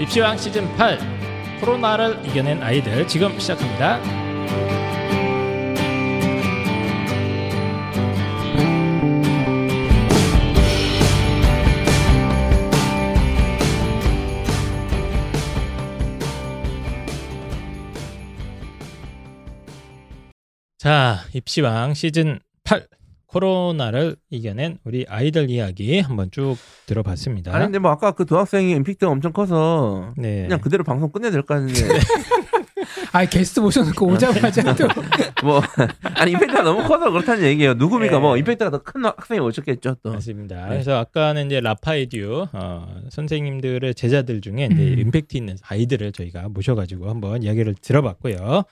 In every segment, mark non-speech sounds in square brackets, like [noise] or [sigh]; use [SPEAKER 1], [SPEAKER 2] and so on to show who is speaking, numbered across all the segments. [SPEAKER 1] 입시왕 시즌 8 코로나를 이겨낸 아이들 지금 시작합니다. 자, 입시왕 시즌 8 코로나를 이겨낸 우리 아이들 이야기 한번 쭉 들어봤습니다.
[SPEAKER 2] 아니 근데 뭐 아까 그 도학생이 임팩트가 엄청 커서
[SPEAKER 1] 네.
[SPEAKER 2] 그냥 그대로 방송 끝내야 될 거 아닌데
[SPEAKER 3] 아 게스트 모셔놓고
[SPEAKER 4] 네.
[SPEAKER 3] 오자마자 또
[SPEAKER 2] [laughs] 뭐 아니 임팩트가 너무 커서 그렇다는 얘기예요. 누굽니까
[SPEAKER 1] 예.
[SPEAKER 2] 뭐 임팩트가 더 큰 학생이 오셨겠죠 또.
[SPEAKER 1] 맞습니다.
[SPEAKER 2] 네.
[SPEAKER 1] 그래서 아까는 이제 라파이듀 어, 선생님들의 제자들 중에 이제
[SPEAKER 3] 음.
[SPEAKER 1] 임팩트 있는 아이들을 저희가 모셔가지고 한번 이야기를 들어봤고요.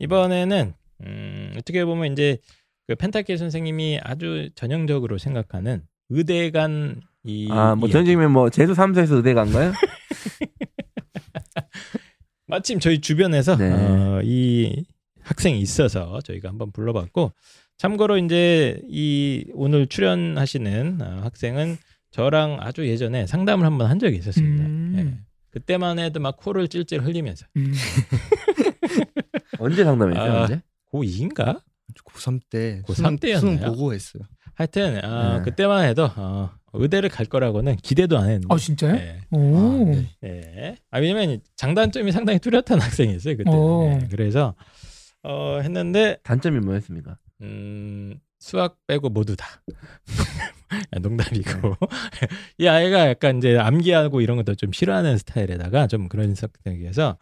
[SPEAKER 1] 이번에는 음, 어떻게 보면 이제 그 펜타키 선생님이 아주 전형적으로 생각하는 의대 간이 예.
[SPEAKER 2] 아뭐
[SPEAKER 1] 이야기.
[SPEAKER 2] 전쟁이면 뭐 재수 3수에서 의대 간 거예요?
[SPEAKER 1] 마침 저희 주변에서
[SPEAKER 2] 네.
[SPEAKER 1] 어, 이 학생이 있어서 저희가 한번 불러봤고 참고로 이제 이 오늘 출연하시는 어, 학생은 저랑 아주 예전에 상담을 한번 한 적이 있었습니다.
[SPEAKER 3] 음.
[SPEAKER 1] 예. 그때만 해도 막 코를 찔찔 흘리면서
[SPEAKER 3] 음.
[SPEAKER 2] 언제 상담했어요?
[SPEAKER 1] 아.
[SPEAKER 2] 언제?
[SPEAKER 1] 고2인가?
[SPEAKER 4] 고3 때
[SPEAKER 1] 고3
[SPEAKER 4] 수능-
[SPEAKER 1] 때였나요?
[SPEAKER 4] 수능 보고 했어요.
[SPEAKER 1] 하여튼 아,
[SPEAKER 2] 네.
[SPEAKER 1] 그때만 해도 어, 의대를 갈 거라고는 기대도 안 했는데.
[SPEAKER 3] 아 진짜요?
[SPEAKER 1] 예.
[SPEAKER 3] 오.
[SPEAKER 4] 네. 아, 네.
[SPEAKER 1] 예. 아 왜냐면 장단점이 상당히 뚜렷한 학생이었어요 그때.
[SPEAKER 3] 오.
[SPEAKER 1] 예. 그래서 어 했는데
[SPEAKER 2] 단점이 뭐였습니까?
[SPEAKER 1] 음, 수학 빼고 모두 다. [laughs] 야, 농담이고. [laughs] 이 아이가 약간 이제 암기하고 이런 것도 좀 싫어하는 스타일에다가 좀 그런 성격이어서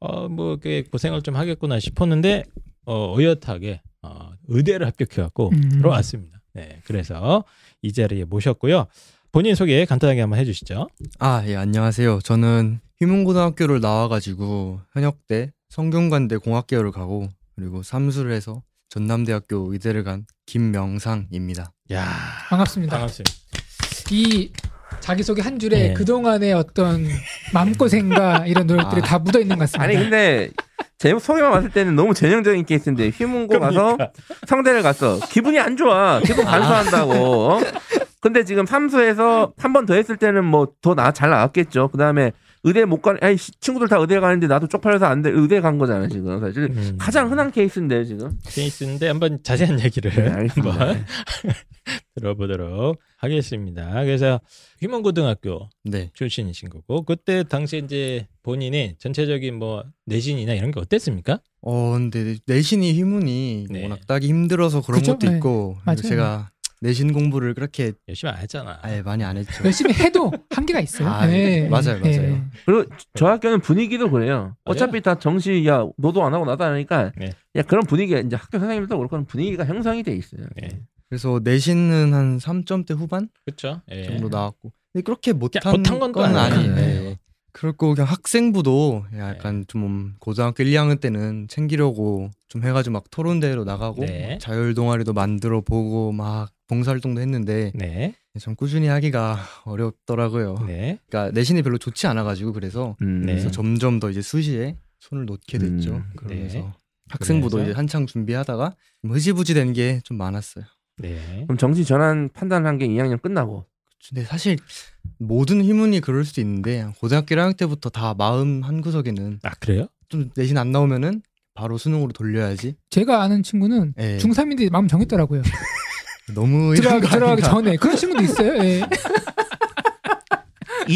[SPEAKER 1] 어, 뭐, 이렇게 고생을 좀 하겠구나 싶었는데, 어, 어엿하게, 어, 의대를 합격해갖고
[SPEAKER 3] 음.
[SPEAKER 1] 들어왔습니다. 네. 그래서 이 자리에 모셨고요. 본인 소개 간단하게 한번 해주시죠.
[SPEAKER 4] 아, 예, 안녕하세요. 저는 휘문고등학교를 나와가지고 현역 때 성균관대 공학계열을 가고 그리고 삼수를 해서 전남대학교 의대를 간 김명상입니다.
[SPEAKER 1] 야
[SPEAKER 2] 아,
[SPEAKER 4] 아.
[SPEAKER 3] 반갑습니다.
[SPEAKER 1] 반갑습니다.
[SPEAKER 3] 이 자기소개 한 줄에
[SPEAKER 1] 네.
[SPEAKER 3] 그동안의 어떤 마음고생과 이런 노력들이
[SPEAKER 4] 아.
[SPEAKER 3] 다 묻어 있는 것 같습니다.
[SPEAKER 2] 아니 근데 제목 소개만 봤을 때는 너무 전형적인 케이스인데 휘문고
[SPEAKER 1] 그러니까.
[SPEAKER 2] 가서 상대를 갔어. 기분이 안 좋아. 기분 반수한다고. 어? 근데 지금 삼수에서 한 번 더 했을 때는 뭐 더 나 잘 나왔겠죠. 그 다음에 의대 못 가. 에이 씨, 친구들 다 의대 가는데 나도 쪽팔려서 안 돼. 의대 간 거잖아 지금 사실.
[SPEAKER 1] 음,
[SPEAKER 2] 그 가장 흔한 케이스인데 지금.
[SPEAKER 1] 케이스인데 한번 자세한 얘기를
[SPEAKER 2] 네, 알겠습니다.
[SPEAKER 1] 한번 [laughs] 들어보도록 하겠습니다. 그래서 휘문고등학교
[SPEAKER 4] 네.
[SPEAKER 1] 출신이신 거고 그때 당시 이제 본인이 전체적인 뭐 내신이나 이런 게 어땠습니까?
[SPEAKER 4] 어, 근데 내신이 휘문이
[SPEAKER 1] 네.
[SPEAKER 4] 워낙 따기 힘들어서 그런
[SPEAKER 3] 그죠?
[SPEAKER 4] 것도
[SPEAKER 3] 네.
[SPEAKER 4] 있고 그리고
[SPEAKER 3] 맞아요.
[SPEAKER 4] 제가 내신 공부를 그렇게
[SPEAKER 1] 열심히 안 했잖아.
[SPEAKER 4] 아예 많이 안 했죠.
[SPEAKER 1] 네.
[SPEAKER 3] 열심히 해도 한계가 있어요.
[SPEAKER 4] 아,
[SPEAKER 3] 네.
[SPEAKER 4] 맞아요, 맞아요.
[SPEAKER 3] 네.
[SPEAKER 2] 그리고 저 학교는 분위기도 그래요. 어차피 다 정시 야 너도 안 하고 나도 안 하니까
[SPEAKER 1] 예? 네.
[SPEAKER 2] 야 그런 분위기가 이제 학교 선생님들도 그렇고 분위기가 형성이 돼 있어요.
[SPEAKER 1] 네.
[SPEAKER 4] 그래서 내신은 한 3점대 후반
[SPEAKER 1] 그렇죠. 예.
[SPEAKER 4] 정도 나왔고 근데 그렇게
[SPEAKER 1] 그냥
[SPEAKER 4] 못한,
[SPEAKER 1] 못한 건 또
[SPEAKER 4] 건
[SPEAKER 1] 아니에요.
[SPEAKER 4] 아니에요.
[SPEAKER 1] 네.
[SPEAKER 4] 그렇고 그냥 학생부도 약간 좀 음, 고등학교 1, 2학년 때는 챙기려고 좀 해가지고 막 토론대회로 나가고
[SPEAKER 1] 네.
[SPEAKER 4] 자율 동아리도 만들어 보고 막 봉사활동도 했는데
[SPEAKER 1] 네.
[SPEAKER 4] 참 꾸준히 하기가 어렵더라고요.
[SPEAKER 1] 네.
[SPEAKER 4] 그러니까 내신이 별로 좋지 않아가지고 그래서
[SPEAKER 2] 음.
[SPEAKER 1] 네.
[SPEAKER 4] 그래서 점점 더 이제 수시에 손을 놓게 됐죠.
[SPEAKER 2] 음.
[SPEAKER 4] 그러면서
[SPEAKER 1] 네.
[SPEAKER 4] 학생부도
[SPEAKER 1] 그래서?
[SPEAKER 4] 이제 한창 준비하다가 좀 흐지부지 된 게 좀 많았어요.
[SPEAKER 1] 네.
[SPEAKER 2] 그럼 정시 전환 판단한 게 2학년 끝나고
[SPEAKER 4] 근데 사실 모든 희문이 그럴 수도 있는데 고등학교 1학년 때부터 다 마음 한 구석에는
[SPEAKER 1] 아 그래요?
[SPEAKER 4] 좀 내신 안 나오면은 바로 수능으로 돌려야지.
[SPEAKER 3] 제가 아는 친구는
[SPEAKER 4] 예.
[SPEAKER 3] 중3인데 마음 정했더라고요.
[SPEAKER 4] 너무 이런
[SPEAKER 3] 들어가기,
[SPEAKER 4] 거
[SPEAKER 3] 들어가기
[SPEAKER 4] 아닌가.
[SPEAKER 3] 전에. 그런 친구도 있어요. 예.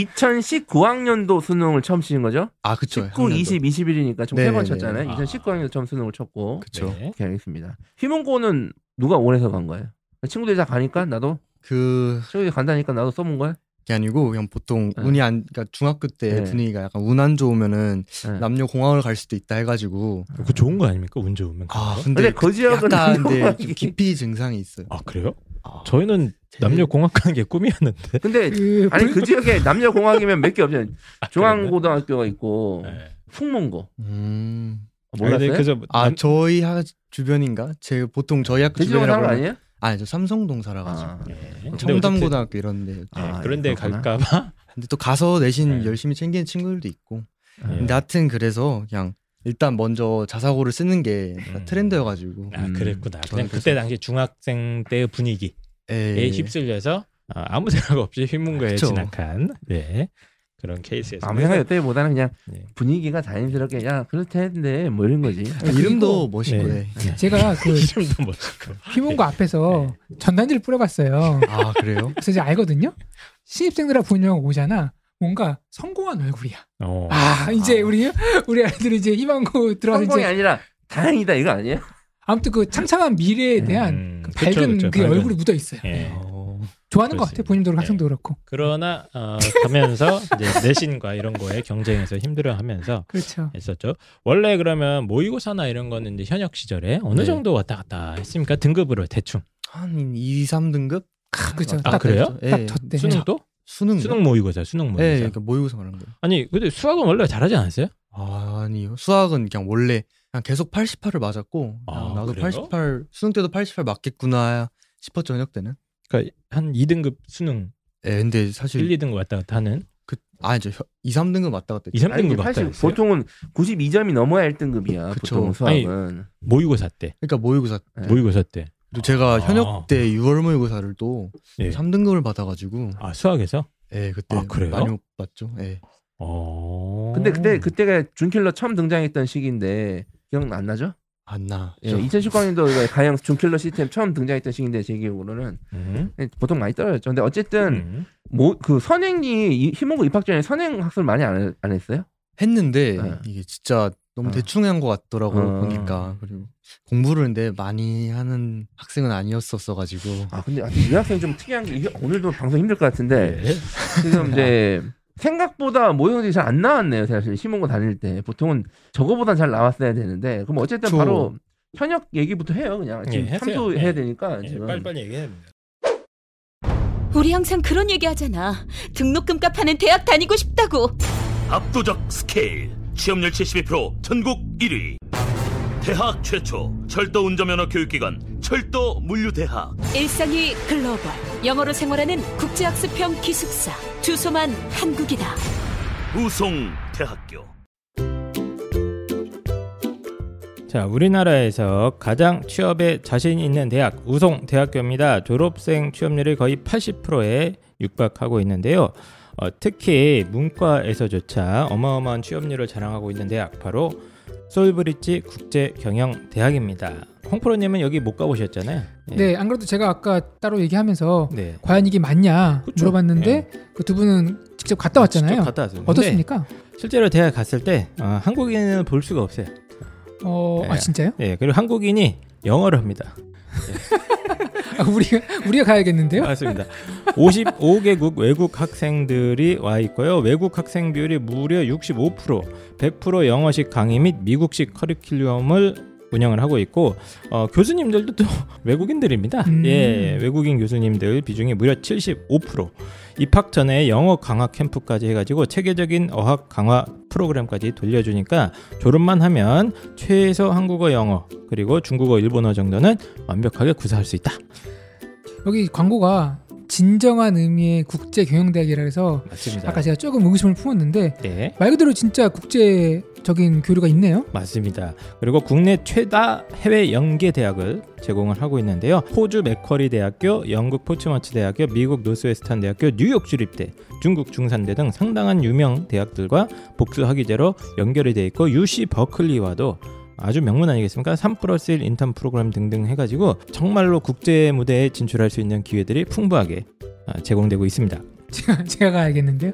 [SPEAKER 2] 2019학년도 수능을 처음 치는 거죠?
[SPEAKER 4] 아 그쵸.
[SPEAKER 2] 19, 20, 21이니까 총
[SPEAKER 4] 네,
[SPEAKER 2] 세 번
[SPEAKER 4] 네,
[SPEAKER 2] 쳤잖아요.
[SPEAKER 1] 네.
[SPEAKER 2] 2019학년도 처음 수능을 쳤고
[SPEAKER 4] 그쵸.
[SPEAKER 1] 네.
[SPEAKER 2] 이렇게 알겠습니다. 휘문고는 누가 원해서 간 거예요? 친구들이 다 가니까 나도
[SPEAKER 4] 그게
[SPEAKER 2] 친구들이 간다니까 나도 써본 거야?
[SPEAKER 4] 아니고 그냥 보통
[SPEAKER 2] 네.
[SPEAKER 4] 운이 안 그러니까 중학교 때
[SPEAKER 2] 네.
[SPEAKER 4] 분위기가 약간 운 안 좋으면은
[SPEAKER 2] 네.
[SPEAKER 4] 남녀 공학을 갈 수도 있다 해가지고.
[SPEAKER 1] 그거 좋은 거 아닙니까? 운 좋으면. 그런
[SPEAKER 4] 아
[SPEAKER 1] 거?
[SPEAKER 4] 근데,
[SPEAKER 2] 근데 그 지역은
[SPEAKER 4] 약간 근데
[SPEAKER 2] 공학이-
[SPEAKER 4] 기피 증상이 있어요.
[SPEAKER 1] 아 그래요?
[SPEAKER 4] 아,
[SPEAKER 1] 저희는
[SPEAKER 4] 제일-
[SPEAKER 1] 남녀 공학 가는 게 꿈이었는데.
[SPEAKER 2] 근데
[SPEAKER 3] 그
[SPEAKER 2] 아니
[SPEAKER 3] 불-
[SPEAKER 2] 그 지역에 남녀 공학이면 몇 개 없잖아요.
[SPEAKER 1] 아, 그래요?
[SPEAKER 2] [laughs] 중앙고등학교가 있고
[SPEAKER 1] 네.
[SPEAKER 2] 풍문고
[SPEAKER 4] 음.
[SPEAKER 1] 아니,
[SPEAKER 2] 몰랐어요?
[SPEAKER 1] 근데 그저
[SPEAKER 4] 아
[SPEAKER 1] 남-
[SPEAKER 4] 저희 학 주변인가? 제 보통 저희 학교
[SPEAKER 2] 대지동
[SPEAKER 4] 주변이라고
[SPEAKER 2] 사람
[SPEAKER 4] 그러면-
[SPEAKER 2] 아니에요?
[SPEAKER 4] 아니 저 삼성동 살아가지고
[SPEAKER 2] 아.
[SPEAKER 1] 네. 근데 어쨌든-
[SPEAKER 4] 청담고등학교 이런데.
[SPEAKER 1] 네,
[SPEAKER 2] 아,
[SPEAKER 1] 그런데
[SPEAKER 2] 예, 그렇구나.
[SPEAKER 1] 갈까봐.
[SPEAKER 4] 근데 또 가서 내신
[SPEAKER 1] 네.
[SPEAKER 4] 열심히 챙기는 친구들도 있고.
[SPEAKER 1] 예.
[SPEAKER 4] 근데 하여튼 그래서 그냥 일단 먼저 자사고를 쓰는 게
[SPEAKER 1] 음.
[SPEAKER 4] 트렌드여가지고
[SPEAKER 1] 아
[SPEAKER 2] 음,
[SPEAKER 1] 그랬구나. 그냥
[SPEAKER 4] 저는
[SPEAKER 1] 그때
[SPEAKER 4] 그래서-
[SPEAKER 1] 당시 중학생 때의 분위기. 어,
[SPEAKER 4] 예,
[SPEAKER 1] 에 휩쓸려서 아, 아무 생각 없이 휘문고에
[SPEAKER 4] 그쵸.
[SPEAKER 1] 진학한 네 그런 케이스에서
[SPEAKER 2] 아무 생각 없대 보다는 그냥
[SPEAKER 1] 네.
[SPEAKER 2] 분위기가 자연스럽게 야 그럴 텐데 뭐 이런 거지.
[SPEAKER 4] 아, 이름도 멋있고.
[SPEAKER 1] 네.
[SPEAKER 4] 네. 네.
[SPEAKER 3] 제가 그
[SPEAKER 1] 이름도 멋있고
[SPEAKER 3] 휘문고 앞에서 전단지를 뿌려봤어요.
[SPEAKER 4] 아
[SPEAKER 1] [laughs]
[SPEAKER 4] 그래요?
[SPEAKER 3] 그래서 이제 알거든요. 신입생들하고 분명 오잖아. 뭔가 성공한 얼굴이야.
[SPEAKER 1] 어.
[SPEAKER 3] 아 이제
[SPEAKER 2] 아.
[SPEAKER 3] 우리 우리 아이들이 이제 희망고 들어가서
[SPEAKER 2] 그 성공이
[SPEAKER 3] 이제
[SPEAKER 2] 아니라 다행이다 이거 아니에요?
[SPEAKER 3] 아무튼 그 창창한 미래에 대한
[SPEAKER 1] 음,
[SPEAKER 3] 그
[SPEAKER 1] 그쵸,
[SPEAKER 3] 밝은 그
[SPEAKER 1] 그쵸, 밝은.
[SPEAKER 3] 얼굴이 묻어 있어요.
[SPEAKER 1] 예.
[SPEAKER 4] 어,
[SPEAKER 3] 좋아하는 것
[SPEAKER 1] 그렇습니다.
[SPEAKER 3] 같아요. 본인도 그렇고
[SPEAKER 1] 예.
[SPEAKER 3] 학생도 그렇고.
[SPEAKER 1] 그러나 어, 가면서 이제 내신과 이런 거에 경쟁에서 힘들어하면서
[SPEAKER 3] 그렇죠.
[SPEAKER 1] 했었죠. 원래 그러면 모의고사나 이런 거는 이제 현역 시절에 어느
[SPEAKER 4] 네.
[SPEAKER 1] 정도 왔다 갔다 했습니까? 등급으로 대충.
[SPEAKER 4] 한 2, 3등급?
[SPEAKER 3] 그렇죠.
[SPEAKER 1] 아, 그래요?
[SPEAKER 4] 예.
[SPEAKER 3] 딱저 아, 때.
[SPEAKER 1] 수능 또?
[SPEAKER 4] 수능.
[SPEAKER 1] 수능 뭐 모의고사, 수능 모의고사.
[SPEAKER 4] 예, 그러니까 모의고사 말하는 거예요.
[SPEAKER 1] 아니 근데 수학은 원래 잘하지 않았어요?
[SPEAKER 4] 아, 아니요. 수학은 그냥 원래 그냥 계속 88을 맞았고
[SPEAKER 1] 아,
[SPEAKER 4] 그냥 나도
[SPEAKER 1] 그래요?
[SPEAKER 4] 88 수능 때도 88 맞겠구나 싶었죠 현역 때는.
[SPEAKER 1] 그러니까 한 2등급 수능,
[SPEAKER 4] 예, 근데 사실
[SPEAKER 1] 1, 2등급 왔다 갔다 하는
[SPEAKER 4] 그 아니죠. 2, 3등급 왔다 갔다
[SPEAKER 1] 2,
[SPEAKER 4] 했죠.
[SPEAKER 1] 3등급 왔다 갔다
[SPEAKER 2] 사실
[SPEAKER 1] 했어요.
[SPEAKER 2] 보통은 92점이 넘어야 1등급이야.
[SPEAKER 4] 그쵸.
[SPEAKER 2] 보통
[SPEAKER 1] 아니,
[SPEAKER 2] 수학은.
[SPEAKER 1] 모의고사 때,
[SPEAKER 4] 그러니까 모의고사
[SPEAKER 2] 네.
[SPEAKER 1] 모의고사 때.
[SPEAKER 4] 또 제가
[SPEAKER 1] 아.
[SPEAKER 4] 현역 때 6월 모의고사를 또
[SPEAKER 1] 예.
[SPEAKER 4] 3등급을 받아가지고
[SPEAKER 1] 아 수학에서?
[SPEAKER 4] 예 그때
[SPEAKER 1] 아, 그래요?
[SPEAKER 4] 많이 못 봤죠. 예.
[SPEAKER 1] 어.
[SPEAKER 2] 근데 그때 그때가 준킬러 처음 등장했던 시기인데 기억 안 나죠?
[SPEAKER 4] 안 나.
[SPEAKER 2] 예, 2019학년도 가형 준킬러 시스템 처음 등장했던 시기인데 제 기억으로는 예,
[SPEAKER 1] 음.
[SPEAKER 2] 보통 많이 떨어졌죠. 근데 어쨌든
[SPEAKER 1] 음.
[SPEAKER 2] 뭐 그 선행이 이- 희망고 입학 전에 선행 학습을 많이 안, 했- 안 했어요?
[SPEAKER 4] 했는데
[SPEAKER 2] 네.
[SPEAKER 4] 이게 진짜 너무
[SPEAKER 2] 어.
[SPEAKER 4] 대충 한 것 같더라고
[SPEAKER 2] 어.
[SPEAKER 4] 요 보니까 그리고 공부를 근데 많이 하는 학생은 아니었었어 가지고
[SPEAKER 2] 아 근데 아직 유학생 좀 특이한 게 이게 오늘도 방송 힘들 것 같은데
[SPEAKER 1] 네.
[SPEAKER 2] 지금 이제
[SPEAKER 1] [laughs]
[SPEAKER 2] 생각보다 모의고사 잘안 나왔네요. 사실 희망고 다닐 때 보통은 저거보단 잘 나왔어야 되는데 그럼 어쨌든
[SPEAKER 4] 그쵸.
[SPEAKER 2] 바로 현역 얘기부터 해요. 그냥 지금
[SPEAKER 1] 예, 하세요.
[SPEAKER 2] 참수 해야
[SPEAKER 1] 예.
[SPEAKER 2] 되니까
[SPEAKER 1] 예,
[SPEAKER 2] 지금
[SPEAKER 1] 빨리빨리 얘기해야 됩니다.
[SPEAKER 5] 우리 항상 그런 얘기 하잖아. 등록금 값하는 대학 다니고 싶다고.
[SPEAKER 6] 압도적 스케일 취업률 72% 전국 1위 대학 최초 철도 운전면허 교육기관 철도 물류대학
[SPEAKER 5] 일상이 글로벌. 영어로 생활하는 국제학습형 기숙사. 주소만 한국이다.
[SPEAKER 6] 우송대학교
[SPEAKER 1] 자, 우리나라에서 가장 취업에 자신 있는 대학 우송 대학교입니다. 졸업생 취업률이 거의 80%에 육박하고 있는데요. 어, 특히 문과에서조차 어마어마한 취업률을 자랑하고 있는 대학 바로 솔브리지 국제경영대학입니다. 홍프로님은 여기 못 가보셨잖아요. 예.
[SPEAKER 3] 네, 안 그래도 제가 아까 따로 얘기하면서
[SPEAKER 1] 네.
[SPEAKER 3] 과연 이게 맞냐
[SPEAKER 1] 그쵸. 예.
[SPEAKER 3] 물어봤는데 그 두 분은 직접 갔다 왔잖아요.
[SPEAKER 1] 직접 갔다 왔어요. 근데
[SPEAKER 3] 어떻습니까?
[SPEAKER 1] 실제로 대학 갔을 때 어, 한국인은 볼 수가 없어요.
[SPEAKER 3] 어, 아
[SPEAKER 1] 네.
[SPEAKER 3] 진짜요?
[SPEAKER 1] 예, 그리고 한국인이 영어를 합니다.
[SPEAKER 3] 아, 우리가 [laughs] 우리가 가야겠는데요?
[SPEAKER 1] 맞습니다. 55개국 외국 학생들이 와 있고요. 외국 학생 비율이 무려 65%, 100% 영어식 강의 및 미국식 커리큘럼을 운영을 하고 있고 어, 교수님들도 또 [laughs] 외국인들입니다.
[SPEAKER 3] 음.
[SPEAKER 1] 예, 외국인 교수님들 비중이 무려 75%. 입학 전에 영어 강화 캠프까지 해가지고 체계적인 어학 강화 프로그램까지 돌려주니까 졸업만 하면 최소 한국어, 영어 그리고 중국어, 일본어 정도는 완벽하게 구사할 수 있다.
[SPEAKER 3] 여기 광고가 진정한 의미의 국제 경영대학이라 해서
[SPEAKER 1] 맞습니다.
[SPEAKER 3] 아까 제가 조금 의구심을 품었는데
[SPEAKER 1] 네.
[SPEAKER 3] 말 그대로 진짜 국제적인 교류가 있네요. [laughs]
[SPEAKER 1] 맞습니다. 그리고 국내 최다 해외 연계 대학을 제공을 하고 있는데요. 호주 맥쿼리 대학교, 영국 포츠머치 대학교, 미국 노스웨스턴 대학교, 뉴욕 주립대, 중국 중산대 등 상당한 유명 대학들과 복수 학위제로 연결이 돼 있고 UC 버클리와도 아주 명문 아니겠습니까? 3 플러스 1 인턴 프로그램 등등 해가지고 정말로 국제 무대에 진출할 수 있는 기회들이 풍부하게 아, 제공되고 있습니다.
[SPEAKER 3] 제가 제가 가야겠는데요.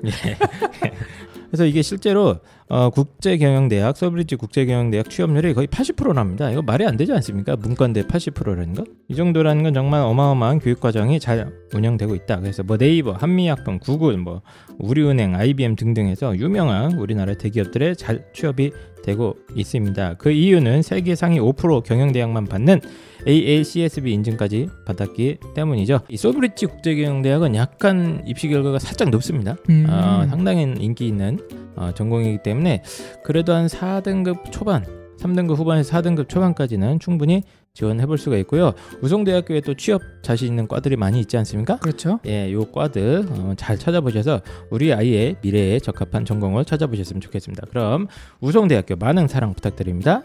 [SPEAKER 1] 그래서 이게 실제로 어, 국제경영대학 서브리지 국제경영대학 취업률이 거의 80%랍니다. 이거 말이 안 되지 않습니까? 문과인데 80%라는 거? 이 정도라는 건 정말 어마어마한 교육과정이 잘 운영되고 있다. 그래서 뭐 네이버, 한미약품, 구글, 뭐 우리은행, IBM 등등에서 유명한 우리나라 대기업들의 잘 취업이 되고 있습니다. 그 이유는 세계 상위 5% 경영대학만 받는 AACSB 인증까지 받았기 때문이죠. 이 소브리지 국제경영대학은 약간 입시 결과가 살짝 높습니다.
[SPEAKER 3] 음.
[SPEAKER 1] 어, 상당히 인기 있는 어, 전공이기 때문에 그래도 한 4등급 초반, 3등급 후반에서 4등급 초반까지는 충분히 지원해 볼 수가 있고요. 우송대학교에 또 취업 자신 있는 과들이 많이 있지 않습니까?
[SPEAKER 3] 그렇죠.
[SPEAKER 1] 예, 요 과들 어, 잘 찾아보셔서 우리 아이의 미래에 적합한 전공을 찾아보셨으면 좋겠습니다. 그럼 우송대학교 많은 사랑 부탁드립니다.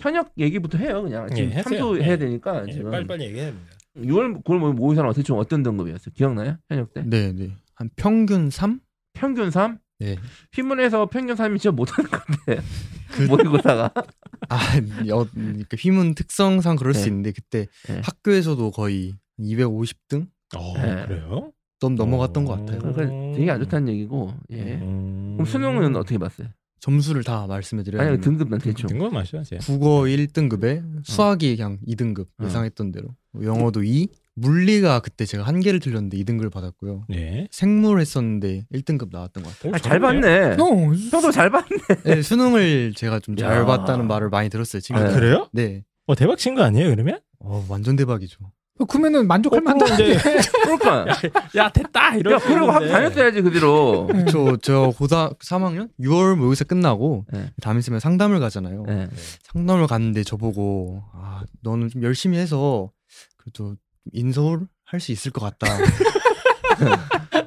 [SPEAKER 2] 현역 얘기부터 해요. 그냥 지금
[SPEAKER 1] 예, 하세요.
[SPEAKER 2] 참수 해야
[SPEAKER 1] 예. 아,
[SPEAKER 2] 되니까 지금
[SPEAKER 1] 얘기해.
[SPEAKER 2] 6월 9월 모의사는 어떻게 좀 어떤 등급이었어요? 기억나요? 현역 때?
[SPEAKER 4] 네, 네. 한 평균 3?
[SPEAKER 2] 평균 3?
[SPEAKER 1] 예.
[SPEAKER 4] 네.
[SPEAKER 2] 휘문에서 평균 3이 진짜 못하는 건데
[SPEAKER 1] 그 [laughs]
[SPEAKER 2] [laughs] 모의고사가
[SPEAKER 4] 아, [laughs] 여, 그러니까 휘문 특성상 그럴
[SPEAKER 2] 네.
[SPEAKER 4] 수 있는데 그때
[SPEAKER 2] 네.
[SPEAKER 4] 학교에서도 거의 250등
[SPEAKER 1] 어,
[SPEAKER 2] 네.
[SPEAKER 1] 그래요?
[SPEAKER 4] 넘 넘어갔던
[SPEAKER 1] 어.
[SPEAKER 4] 것 같아요.
[SPEAKER 2] 그러니까 되게 안 좋다는 얘기고 예.
[SPEAKER 1] 음.
[SPEAKER 2] 그럼 수능은 어떻게 봤어요?
[SPEAKER 4] 점수를 다 말씀해 드려야
[SPEAKER 2] 아니
[SPEAKER 4] 되나요?
[SPEAKER 2] 등급은 대충
[SPEAKER 1] 등급 마셔야지.
[SPEAKER 4] 국어 1등급에 수학이 그냥 2등급
[SPEAKER 1] 음.
[SPEAKER 2] 어.
[SPEAKER 4] 예상했던 대로 영어도 2 물리가 그때 제가 한 개를 틀렸는데 2등급을 받았고요
[SPEAKER 1] 예.
[SPEAKER 4] 생물 했었는데 1등급 나왔던 것 같아요
[SPEAKER 1] 오,
[SPEAKER 2] 아, 잘
[SPEAKER 1] 잘하네.
[SPEAKER 2] 봤네
[SPEAKER 3] 어,
[SPEAKER 2] 평소 잘 봤네
[SPEAKER 4] 네, 수능을 제가 좀
[SPEAKER 2] 야.
[SPEAKER 4] 잘 봤다는 말을 많이 들었어요 지금
[SPEAKER 1] 아, 그래요?
[SPEAKER 4] 네
[SPEAKER 1] 어, 대박 친 거 아니에요, 그러면?
[SPEAKER 4] 어, 완전 대박이죠
[SPEAKER 3] 그러면은 만족할
[SPEAKER 1] 거꾸로
[SPEAKER 3] [laughs] 만다.
[SPEAKER 1] 이제 [laughs]
[SPEAKER 2] 그러니까
[SPEAKER 1] 야, 됐다. 이러
[SPEAKER 2] 야 그러고 하고 다녔어야지 그
[SPEAKER 4] [laughs]
[SPEAKER 2] 뒤로
[SPEAKER 3] 네.
[SPEAKER 4] 저, 저 고등 3학년 6월 모의고사 끝나고
[SPEAKER 2] 네.
[SPEAKER 4] 담임쌤이 상담을 가잖아요
[SPEAKER 1] 네.
[SPEAKER 2] 예.
[SPEAKER 4] 상담을 갔는데 저보고 아 너는 좀 열심히 해서 그래도 인서울 할 수 있을 것 같다
[SPEAKER 1] [laughs] 네.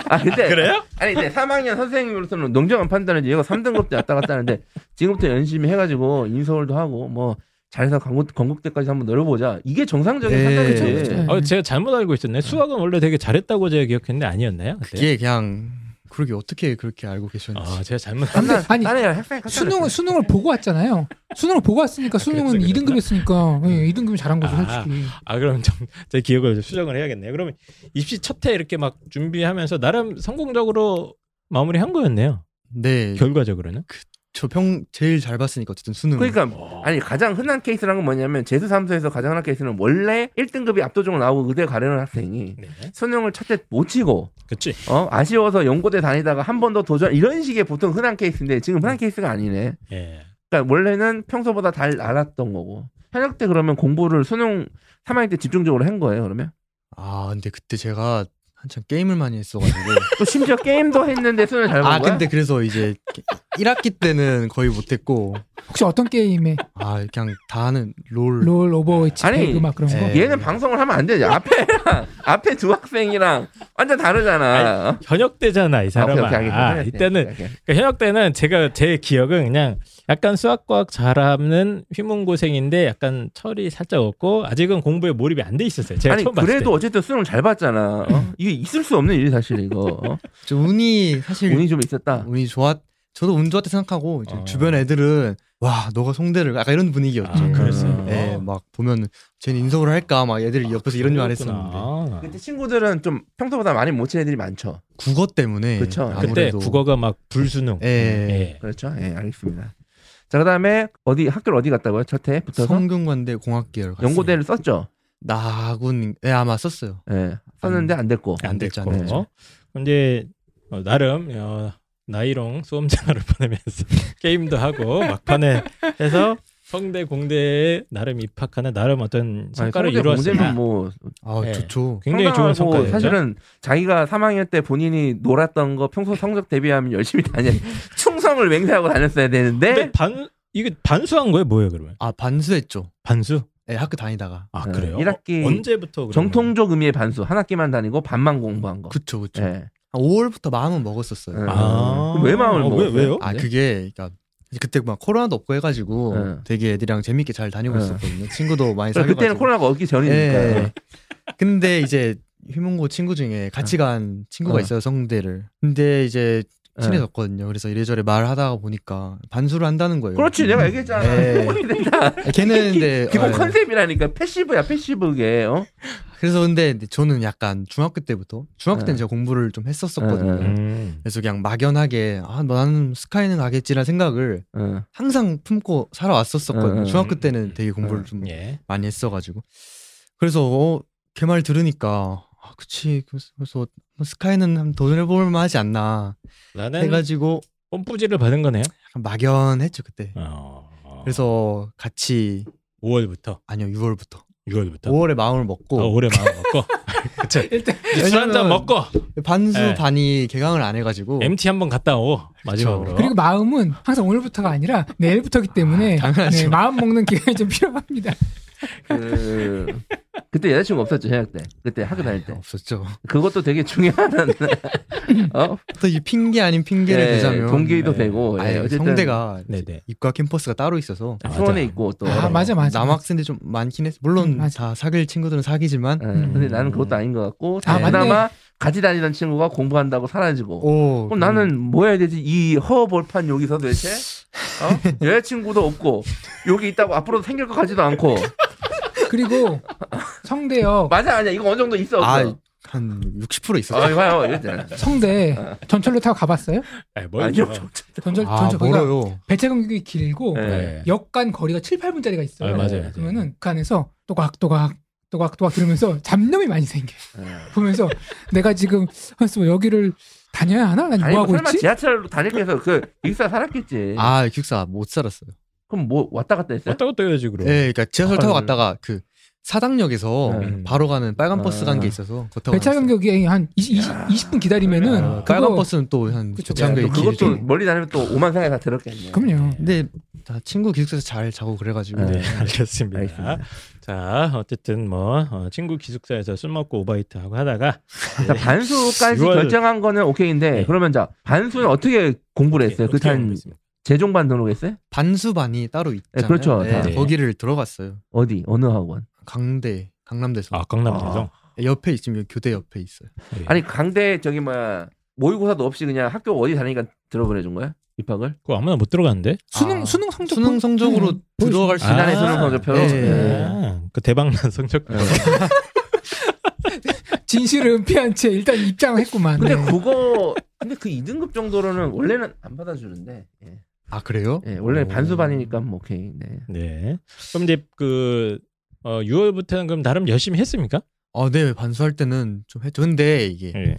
[SPEAKER 2] 아 근데
[SPEAKER 1] 그래요?
[SPEAKER 2] 아니 근데 3학년 선생님으로서는 농정한 판단을 얘가 3등급 때 왔다 갔다 하는데 지금부터 열심히 해가지고 인서울도 하고 뭐 잘해서 건국, 건국대까지 한번 노려보자 이게 정상적인
[SPEAKER 4] 네.
[SPEAKER 2] 판단이지
[SPEAKER 4] 그쵸,
[SPEAKER 3] 그쵸.
[SPEAKER 1] 어, 제가 잘못 알고 있었네. 수학은 원래 되게 잘했다고 제가 기억했는데 아니었나요? 그때?
[SPEAKER 4] 그게 그냥 그러게 어떻게 그렇게 알고 계셨는지
[SPEAKER 1] 아, 제가 잘못 [laughs]
[SPEAKER 2] 판단
[SPEAKER 3] 아니,
[SPEAKER 2] 아니 학생
[SPEAKER 3] 수능은 수능을 보고 왔잖아요. 수능을 보고 왔으니까 수능은
[SPEAKER 1] 그랬어,
[SPEAKER 3] 2등급 했으니까 예, 2등급이 잘한 거죠,
[SPEAKER 1] 아.
[SPEAKER 3] 솔직히.
[SPEAKER 1] 아 그럼 좀 제 기억을 좀 수정을 해야겠네요. 그러면 입시 첫 해 이렇게 막 준비하면서 나름 성공적으로 마무리한 거였네요.
[SPEAKER 4] 네
[SPEAKER 1] 결과적으로는.
[SPEAKER 4] 저 평 제일 잘 봤으니까 어쨌든 수능
[SPEAKER 2] 그러니까 아니 가장 흔한 케이스란 건 뭐냐면 재수 삼수에서 가장 흔한 케이스는 원래 1등급이 압도적으로 나오고 의대 가려는 학생이
[SPEAKER 1] 네.
[SPEAKER 2] 수능을 첫째 못 치고
[SPEAKER 1] 그치.
[SPEAKER 2] 어 아쉬워서 연고대 다니다가 한 번 더 도전 이런 식의 보통 흔한 케이스인데 지금 흔한 케이스가 아니네.
[SPEAKER 1] 예.
[SPEAKER 2] 그러니까 원래는 평소보다 잘 알았던 거고 현역 때 그러면 공부를 수능 3학년 때 집중적으로 한 거예요 그러면
[SPEAKER 4] 아 근데 그때 제가 한참 게임을 많이
[SPEAKER 2] [laughs]
[SPEAKER 4] 했어가지고
[SPEAKER 2] 또 심지어 게임도 했는데 수능 잘 본
[SPEAKER 4] 아
[SPEAKER 2] 거야?
[SPEAKER 4] 근데 그래서 이제 1학기 때는 거의 못했고
[SPEAKER 3] 혹시 어떤 게임에
[SPEAKER 4] 아 그냥 다 하는 롤
[SPEAKER 3] 롤, 오버워치,
[SPEAKER 2] 아니, 네.
[SPEAKER 3] 배그 막 그런 거?
[SPEAKER 1] 네.
[SPEAKER 4] 예.
[SPEAKER 2] 얘는 방송을 하면 안 되지 앞에랑 [laughs] 앞에 두 학생이랑 완전 다르잖아.
[SPEAKER 1] 현역 때잖아 이 사람아.
[SPEAKER 2] 아, 오케이, 오케이,
[SPEAKER 1] 아,
[SPEAKER 2] 알겠어요.
[SPEAKER 1] 이때는
[SPEAKER 2] 오케이, 오케이.
[SPEAKER 1] 그러니까 현역 때는 제가 제 기억은 그냥 약간 수학과학 잘하는 휘문고생인데 약간 철이 살짝 없고 아직은 공부에 몰입이 안 돼 있었어요. 제가
[SPEAKER 2] 아니
[SPEAKER 1] 처음 봤을 때. 음.
[SPEAKER 2] 그래도 어쨌든 수능 잘 봤잖아. 어? 이게 있을 수 없는 일이 사실 이거. 어?
[SPEAKER 4] 좀 운이
[SPEAKER 1] 음.
[SPEAKER 4] 사실 운이,
[SPEAKER 2] 운이 좀 있었다.
[SPEAKER 4] 좋았 저도 운 좋았다 생각하고 이제
[SPEAKER 1] 어.
[SPEAKER 4] 주변 애들은 와 너가 송대를 약간 이런 분위기였죠
[SPEAKER 1] 아, 그랬어요.
[SPEAKER 4] 예, 막 보면 쟤는 인서울 할까 막
[SPEAKER 2] 아,
[SPEAKER 4] 애들이 옆에서 이런 말 했었는데
[SPEAKER 1] 그랬구나.
[SPEAKER 2] 그때 친구들은 좀 평소보다 많이 못 친 애들이 많죠.
[SPEAKER 4] 국어 때문에
[SPEAKER 2] 그쵸. 그때
[SPEAKER 1] 그때
[SPEAKER 4] 아무래도
[SPEAKER 1] 국어가 막 불수능.
[SPEAKER 4] 예, 예.
[SPEAKER 1] 예.
[SPEAKER 2] 그렇죠? 예, 알겠습니다. 자 그다음에 어디 학교를 어디 갔다고요? 첫해 붙어서
[SPEAKER 4] 성균관대 공학계열 갔어요.
[SPEAKER 2] 연고대를 썼죠.
[SPEAKER 4] 나군 예 아마 썼어요
[SPEAKER 2] 예, 썼는데
[SPEAKER 1] 음.
[SPEAKER 2] 안 됐고.
[SPEAKER 4] 안 그렇죠. 됐죠, 안
[SPEAKER 1] 됐고.
[SPEAKER 4] 됐죠.
[SPEAKER 1] 이제 어, 나름 어, 나이롱 수험 생활을 [laughs] 보내면서 게임도 하고 막판에 해서 성대 공대에 나름 입학하는 나름 어떤 성과를 이루었습니다.
[SPEAKER 2] 공제는 뭐
[SPEAKER 4] 아
[SPEAKER 1] 예.
[SPEAKER 4] 좋죠
[SPEAKER 1] 굉장히 좋은
[SPEAKER 2] 상당하고
[SPEAKER 1] 성과였죠.
[SPEAKER 2] 사실은 자기가 3학년 때 본인이 놀았던 거 평소 성적 대비하면 열심히
[SPEAKER 1] [laughs]
[SPEAKER 2] 다녔 충성을 맹세하고 다녔어야
[SPEAKER 1] 근데
[SPEAKER 2] 되는데
[SPEAKER 1] 반 이게 반수한 거예요, 뭐예요, 그러면?
[SPEAKER 4] 아 반수했죠
[SPEAKER 1] 반수?
[SPEAKER 4] 예 학교 다니다가
[SPEAKER 1] 아
[SPEAKER 2] 예,
[SPEAKER 1] 그래요?
[SPEAKER 2] 일학기
[SPEAKER 1] 언제부터 그러면?
[SPEAKER 2] 정통적 의미의 반수 한 학기만 다니고 반만 공부한 거.
[SPEAKER 4] 그쵸 그쵸
[SPEAKER 2] 예.
[SPEAKER 4] 한 5월부터 마음은 먹었었어요.
[SPEAKER 2] 예.
[SPEAKER 1] 그렇죠. 아.
[SPEAKER 2] 그럼 왜 마음을
[SPEAKER 1] 어, 왜-
[SPEAKER 2] 먹었어요?
[SPEAKER 1] 왜요?
[SPEAKER 4] 아 그게 그러니까 이제 그때 막 코로나도 없고 해가지고
[SPEAKER 2] 네.
[SPEAKER 4] 되게 애들이랑 재밌게 잘 다니고
[SPEAKER 2] 네.
[SPEAKER 4] 있었거든요. 친구도 많이 사귀고.
[SPEAKER 2] 그러니까 그때는 코로나가 없기 전이니까.
[SPEAKER 4] 예. 근데 이제 휘문고 친구 중에 같이 간 친구가
[SPEAKER 2] 네.
[SPEAKER 4] 있어요 성대를. 근데 이제
[SPEAKER 2] 예.
[SPEAKER 4] 친해졌거든요. 그래서 이래저래 말하다가 보니까 반수를 한다는 거예요.
[SPEAKER 2] 그렇지, 내가 얘기했잖아. [laughs]
[SPEAKER 4] 예.
[SPEAKER 2] 성공이 된다.
[SPEAKER 4] 걔는 근데
[SPEAKER 2] [laughs] 기본
[SPEAKER 4] 어,
[SPEAKER 2] 컨셉이라니까 패시브야, 패시브게. 어?
[SPEAKER 4] 그래서 근데 저는 약간 중학교 때부터 중학교 때는
[SPEAKER 2] 네.
[SPEAKER 4] 제가 공부를 좀 했었었거든요.
[SPEAKER 2] 네, 네.
[SPEAKER 1] 음.
[SPEAKER 4] 그래서 그냥 막연하게 아 나는 스카이는 가겠지라는 생각을
[SPEAKER 2] 어.
[SPEAKER 4] 항상 품고 살아왔었었거든요.
[SPEAKER 2] 응, 응.
[SPEAKER 4] 중학교 때는
[SPEAKER 2] 네,
[SPEAKER 4] 되게 공부를 좀
[SPEAKER 1] 예.
[SPEAKER 4] 많이 했어가지고. 그래서 어, 걔말 들으니까 아, 그치. 그래서- 그래서 한번 스카이는 한번 도전해볼만 하지 않나
[SPEAKER 1] 나는
[SPEAKER 4] 해가지고
[SPEAKER 1] 뽐뿌지를 받은 거네요.
[SPEAKER 4] 약간 막연했죠 그때.
[SPEAKER 1] 어.
[SPEAKER 4] 그래서 같이
[SPEAKER 1] 5월부터
[SPEAKER 4] 아니요 6월부터
[SPEAKER 1] 6월부터
[SPEAKER 4] 5월에 마음을 먹고
[SPEAKER 1] 어, 올해 마음 먹고 그쵸.
[SPEAKER 3] 일단
[SPEAKER 1] [laughs] 이제 술 한잔
[SPEAKER 4] 왜냐면 뭐.
[SPEAKER 1] 먹고
[SPEAKER 4] 반수
[SPEAKER 1] 예.
[SPEAKER 4] 반이 개강을 안 해가지고
[SPEAKER 1] MT 한번 갔다 오 마지막으로.
[SPEAKER 3] 그리고 마음은 항상 오늘부터가 아니라 내일부터기 때문에
[SPEAKER 4] 아, 당연하죠.
[SPEAKER 3] 네, 마음 먹는 기간이 좀 필요합니다.
[SPEAKER 2] 그, 그때 여자친구 없었죠 현역 때. 그때 학교 다닐 때.
[SPEAKER 4] 없었죠.
[SPEAKER 2] 그것도 되게 중요한 어?
[SPEAKER 4] 또 이 핑계 아닌 핑계를
[SPEAKER 2] 예,
[SPEAKER 4] 대자면
[SPEAKER 2] 동기도
[SPEAKER 1] 네.
[SPEAKER 2] 되고 예,
[SPEAKER 4] 아예
[SPEAKER 2] 어쨌든
[SPEAKER 4] 성대가
[SPEAKER 1] 네네.
[SPEAKER 4] 입과 캠퍼스가 따로 있어서
[SPEAKER 2] 수원에
[SPEAKER 1] 맞아.
[SPEAKER 2] 있고 또
[SPEAKER 3] 아 맞아 맞아.
[SPEAKER 4] 남학생들이 좀 많긴 했어. 물론
[SPEAKER 3] 음, 맞아.
[SPEAKER 4] 다 사귈 친구들은 사귀지만
[SPEAKER 2] 예, 근데
[SPEAKER 1] 음.
[SPEAKER 2] 나는 그것도 아닌 것 같고
[SPEAKER 3] 아, 맞네.
[SPEAKER 2] 그나마 같이 다니던 친구가 공부한다고 사라지고
[SPEAKER 4] 오
[SPEAKER 2] 그럼 나는 뭐 해야 되지? 이 허벌판 여기서 도대체 어? 여자친구도 없고 여기 있다고 앞으로 생길 것 같지도 않고
[SPEAKER 3] 그리고 성대요.
[SPEAKER 2] 맞아 아니야 이거 어느 정도 있어 없어
[SPEAKER 4] 아한60% 있었어.
[SPEAKER 2] 아 이거요 이랬잖아
[SPEAKER 3] 성대 전철로 타고 가봤어요?
[SPEAKER 1] 아니,
[SPEAKER 2] 아니요.
[SPEAKER 1] 죠
[SPEAKER 3] 전철
[SPEAKER 4] 아,
[SPEAKER 3] 전철 거기가
[SPEAKER 4] 멀어요.
[SPEAKER 3] 배차 간격이 길고
[SPEAKER 2] 네.
[SPEAKER 3] 역간 거리가 7, 8분짜리가 있어요.
[SPEAKER 1] 아, 맞아요, 맞아요.
[SPEAKER 3] 그러면은 그 안에서 또각또각 또각또각 들으면서 잡념이 많이 생겨.
[SPEAKER 2] 예.
[SPEAKER 3] 보면서
[SPEAKER 2] [laughs]
[SPEAKER 3] 내가 지금 한스 여기를 다녀야 하나? 난
[SPEAKER 2] 아니 뭐
[SPEAKER 3] 뭐 하고
[SPEAKER 2] 설마
[SPEAKER 3] 있지?
[SPEAKER 2] 지하철로 다닐 때 해서 그 익사 살았겠지
[SPEAKER 4] 아 기숙사 못 살았어요.
[SPEAKER 2] 그럼 뭐 왔다 갔다 했어요?
[SPEAKER 1] 왔다 갔다 해야지
[SPEAKER 2] 네.
[SPEAKER 1] 그럼.
[SPEAKER 4] 예, 그러니까 지하철 타고
[SPEAKER 2] 헐.
[SPEAKER 4] 갔다가 그 사당역에서
[SPEAKER 1] 음.
[SPEAKER 4] 바로 가는 빨간 버스 간 게
[SPEAKER 2] 네. 아.
[SPEAKER 4] 있어서 그거 타고
[SPEAKER 3] 배차
[SPEAKER 4] 다녔어요. 아,
[SPEAKER 3] 간격이 한 20, 20분 기다리면은
[SPEAKER 1] 야.
[SPEAKER 4] 빨간
[SPEAKER 3] 그거-
[SPEAKER 4] 버스는 또한
[SPEAKER 3] 그쵸,
[SPEAKER 4] 배차 간격이
[SPEAKER 2] 야, 또 그것도
[SPEAKER 4] 길죠.
[SPEAKER 2] 멀리 다니면 또 오만 생각이 다 들었겠네
[SPEAKER 3] 그럼요.
[SPEAKER 4] 근데 다 친구 기숙사에서 잘 자고 그래가지고
[SPEAKER 1] 네, [laughs] 알겠습니다.
[SPEAKER 2] 알겠습니다.
[SPEAKER 1] 자, 어쨌든 뭐 어, 친구 기숙사에서 술 먹고 오바이트 하고 하다가
[SPEAKER 2] 자, 반수까지
[SPEAKER 1] 이거를-
[SPEAKER 2] 결정한 거는 오케이인데
[SPEAKER 1] 네. 그러면
[SPEAKER 2] 그러면 자 반수는 어떻게 공부를 했어요?
[SPEAKER 1] 예, 어떻게
[SPEAKER 2] 그탄
[SPEAKER 1] 알겠습니까?
[SPEAKER 2] 재종반 등록했어요?
[SPEAKER 4] 반수반이 따로 있잖아요.
[SPEAKER 2] 그렇죠,
[SPEAKER 4] 예,
[SPEAKER 1] 다.
[SPEAKER 4] 거기를 들어갔어요.
[SPEAKER 2] 어디 어느 학원?
[SPEAKER 4] 강대, 강남대서
[SPEAKER 1] 아, 강남대성.
[SPEAKER 4] 옆에 있으면 교대 옆에 있어요.
[SPEAKER 1] 네.
[SPEAKER 2] 아니 강대 저기 뭐야 모의고사도 없이 그냥 학교 어디 다니니까 들어보내 준 거야? 입학을?
[SPEAKER 1] 그거 아무나 못 들어갔는데?
[SPEAKER 3] 수능
[SPEAKER 4] 아,
[SPEAKER 3] 수능 성적
[SPEAKER 4] 수능
[SPEAKER 3] 보-
[SPEAKER 4] 성적으로
[SPEAKER 3] 네,
[SPEAKER 4] 들어갈
[SPEAKER 3] 보여주시죠.
[SPEAKER 4] 수
[SPEAKER 2] 지난해
[SPEAKER 1] 아,
[SPEAKER 2] 수능 성적표로 네.
[SPEAKER 4] 예.
[SPEAKER 2] 예.
[SPEAKER 1] 아, 그 대박난 [laughs] 성적표.
[SPEAKER 3] 진실을 은폐한 채 일단 입장했구만.
[SPEAKER 2] 근데
[SPEAKER 3] 네.
[SPEAKER 2] 그거 근데 그 2등급 정도로는 원래는 안 받아주는데 예,
[SPEAKER 4] 아 그래요?
[SPEAKER 2] 예, 원래
[SPEAKER 1] 오.
[SPEAKER 2] 반수반이니까 뭐 오케이 네.
[SPEAKER 1] 네. 그럼 이제 그 어, 6월부터는 그럼 나름 열심히 했습니까?
[SPEAKER 4] 아, 네 반수할 때는 좀 했죠. 근데 이게
[SPEAKER 1] 예.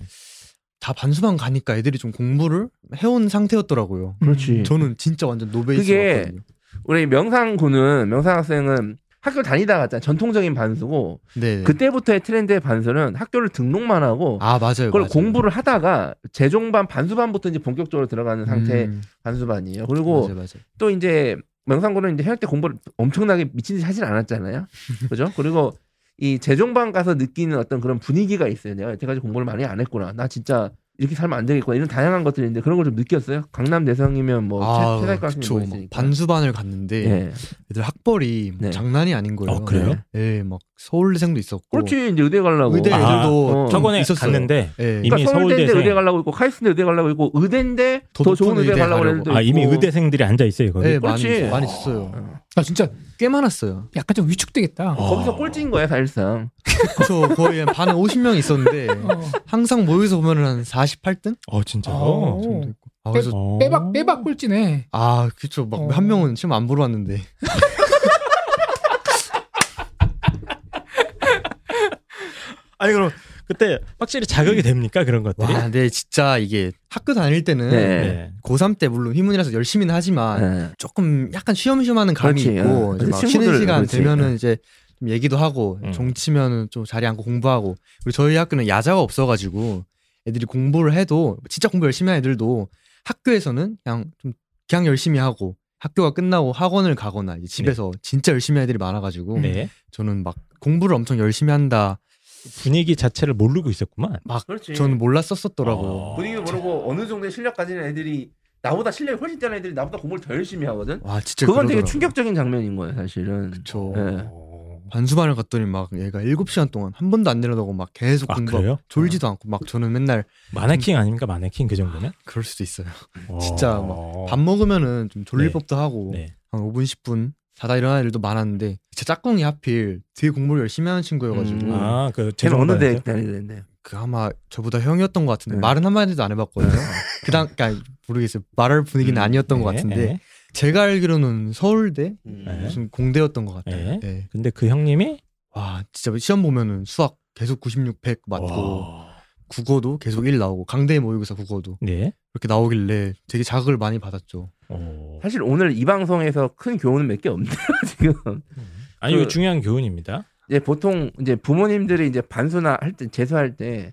[SPEAKER 4] 다 반수만 가니까 애들이 좀 공부를 해온 상태였더라고요.
[SPEAKER 1] 네.
[SPEAKER 2] 그렇지.
[SPEAKER 4] 저는 진짜 완전 노베이스
[SPEAKER 2] 그게-
[SPEAKER 4] 같거든요.
[SPEAKER 2] 음. 우리 명상군은 명상 학생은 학교 다니다 갔잖아 전통적인 반수고
[SPEAKER 4] 네.
[SPEAKER 2] 그때부터의 트렌드의 반수는 학교를 등록만 하고
[SPEAKER 4] 아 맞아요.
[SPEAKER 2] 그걸
[SPEAKER 4] 맞아요.
[SPEAKER 2] 공부를 하다가 재종반 반수반부터 이제 본격적으로 들어가는 상태 의
[SPEAKER 4] 음,
[SPEAKER 2] 반수반이에요. 그리고
[SPEAKER 4] 맞아요, 맞아요.
[SPEAKER 2] 또 이제 명상고는 이제 현역 때 공부를 엄청나게 미친 듯이 하진 않았잖아요. 그죠? 그리고 이 재종반 가서 느끼는 어떤 그런 분위기가 있어요. 내가 여태까지 공부를 많이 안 했구나. 나 진짜 이렇게 살면 안 되겠구나. 이런 다양한 것들이 있는데 그런 걸 좀 느꼈어요. 강남 대성이면 뭐
[SPEAKER 4] 아,
[SPEAKER 2] 최- 최다일
[SPEAKER 4] 그쵸.
[SPEAKER 2] 과학생이
[SPEAKER 4] 막
[SPEAKER 2] 있으니까.
[SPEAKER 4] 반수반을 갔는데
[SPEAKER 2] 예.
[SPEAKER 4] 애들 학벌이
[SPEAKER 2] 네.
[SPEAKER 4] 장난이 아닌 거예요.
[SPEAKER 1] 어, 그래요?
[SPEAKER 4] 예, 막 서울대생도 있었고.
[SPEAKER 2] 그렇지. 이제 의대 가려고.
[SPEAKER 4] 의대
[SPEAKER 1] 아,
[SPEAKER 4] 애들도
[SPEAKER 2] 어.
[SPEAKER 4] 좀
[SPEAKER 1] 학원에
[SPEAKER 4] 있었어요.
[SPEAKER 1] 갔는데
[SPEAKER 4] 예.
[SPEAKER 1] 이미
[SPEAKER 2] 그러니까 서울대인데
[SPEAKER 1] 서울대생.
[SPEAKER 2] 의대 가려고 있고 카이스트인데 의대 가려고 있고 의대인데 더,
[SPEAKER 4] 더
[SPEAKER 2] 좋은
[SPEAKER 4] 높은
[SPEAKER 2] 의대
[SPEAKER 4] 의대
[SPEAKER 2] 가려고
[SPEAKER 4] 가려고.
[SPEAKER 2] 하는데
[SPEAKER 1] 아, 이미 의대생들이 앉아 있어요, 거기.
[SPEAKER 4] 예, 많이
[SPEAKER 2] 그렇지.
[SPEAKER 4] 많이 있었어요. 아,
[SPEAKER 3] 나 아, 진짜
[SPEAKER 4] 꽤 많았어요.
[SPEAKER 3] 약간 좀 위축되겠다.
[SPEAKER 1] 아,
[SPEAKER 3] 어.
[SPEAKER 2] 거기서 꼴찌인 거야 사실상.
[SPEAKER 4] 그래서 거의 한 반에 50명 [laughs] 있었는데 항상 모여서 보면은 한 48등
[SPEAKER 1] 어, 진짜요?
[SPEAKER 3] 어.
[SPEAKER 4] 정도 있고. 아, 그래서
[SPEAKER 1] 어.
[SPEAKER 3] 빼박 빼박 꼴찌네.
[SPEAKER 4] 아, 그쵸. 막
[SPEAKER 3] 어.
[SPEAKER 4] 한 명은 시험 안 보러 왔는데.
[SPEAKER 1] 아니 그럼 그때 확실히 자극이 됩니까 그런 것들이?
[SPEAKER 4] 와, 아, 근데 진짜 이게 학교 다닐 때는
[SPEAKER 2] 네.
[SPEAKER 1] 네.
[SPEAKER 4] 고3 때 물론 휘문이라서 열심히는 하지만
[SPEAKER 2] 예.
[SPEAKER 4] 조금 약간 쉬엄쉬엄하는 감이
[SPEAKER 2] 그렇지,
[SPEAKER 4] 있고
[SPEAKER 2] 어.
[SPEAKER 4] 이제 막
[SPEAKER 2] 친구들,
[SPEAKER 4] 쉬는 시간
[SPEAKER 2] 그렇지. 예.
[SPEAKER 4] 되면은 이제 좀 얘기도 하고
[SPEAKER 1] 음.
[SPEAKER 4] 종치면은 좀 자리 앉고 공부하고 그리고 저희 학교는 야자가 없어가지고 애들이 공부를 해도 진짜 공부 열심히 한 애들도 학교에서는 그냥 좀 그냥 열심히 하고 학교가 끝나고 학원을 가거나 이제 집에서 진짜 열심히 한 애들이 많아가지고
[SPEAKER 1] 네.
[SPEAKER 4] 저는 막 공부를 엄청 열심히 한다
[SPEAKER 1] 분위기 자체를 모르고 있었구만.
[SPEAKER 4] 막
[SPEAKER 1] 예.
[SPEAKER 2] 그렇지.
[SPEAKER 4] 저는 뭐 몰랐었었더라고
[SPEAKER 1] 어.
[SPEAKER 2] 분위기도 모르고 어느 정도의 실력 가지는 애들이 나보다 실력이 훨씬 뛰어난 애들이 나보다 공부를 더 열심히 하거든.
[SPEAKER 4] 와 진짜
[SPEAKER 2] 그건 되게
[SPEAKER 4] 그러더라고요.
[SPEAKER 2] 충격적인 장면인 거예요, 사실은.
[SPEAKER 4] 그쵸.
[SPEAKER 2] 예.
[SPEAKER 1] 어.
[SPEAKER 4] 반수반을 갔더니 막 얘가 7시간 동안 한 번도 안 내려다고 막 계속
[SPEAKER 1] 아,
[SPEAKER 4] 공부
[SPEAKER 1] 그래요?
[SPEAKER 4] 고 졸지도 않고 막 저는 맨날
[SPEAKER 1] 마네킹 아닙니까 마네킹 그 정도면?
[SPEAKER 4] 그럴 수도 있어요.
[SPEAKER 1] 어.
[SPEAKER 4] 음. 아, 진짜 뭐 밥 먹으면은 좀 졸릴
[SPEAKER 1] 네.
[SPEAKER 4] 법도 하고
[SPEAKER 1] 네.
[SPEAKER 4] 한 5분 10분 자다 일어나는 일도 많았는데 제 짝꿍이 하필 뒤에 공부를 열심히 하는 친구여가지고
[SPEAKER 2] 음.
[SPEAKER 1] 아그
[SPEAKER 2] 쟤는 어느 대에 다니는데?
[SPEAKER 4] 그 아마 저보다 형이었던 것 같은데
[SPEAKER 2] 네.
[SPEAKER 4] 말은 한마디도 안 해봤거든요.
[SPEAKER 1] 네.
[SPEAKER 4] [laughs] 그당 그러니까 모르겠어요. 말할
[SPEAKER 2] 음.
[SPEAKER 4] 분위기는 아니었던 것 같은데 제가 알기로는 서울대
[SPEAKER 1] 네.
[SPEAKER 4] 무슨 공대였던 것 같아요.
[SPEAKER 1] 네.
[SPEAKER 4] 네.
[SPEAKER 1] 근데 그 형님이
[SPEAKER 4] 와 진짜 시험 보면은 수학 계속 96, 100 맞고
[SPEAKER 1] 와.
[SPEAKER 4] 국어도 계속 1 나오고 강대 모의고사 국어도
[SPEAKER 1] 네.
[SPEAKER 4] 그렇게 나오길래 되게 자극을 많이 받았죠.
[SPEAKER 1] 어.
[SPEAKER 2] 사실 오늘 이 방송에서 큰 교훈은 몇 개 없네요, [laughs] 지금.
[SPEAKER 1] 아니 이거
[SPEAKER 2] 그-
[SPEAKER 1] 중요한 교훈입니다.
[SPEAKER 2] 이제 보통 이제 부모님들이 이제 반수나 할 때 재수할 때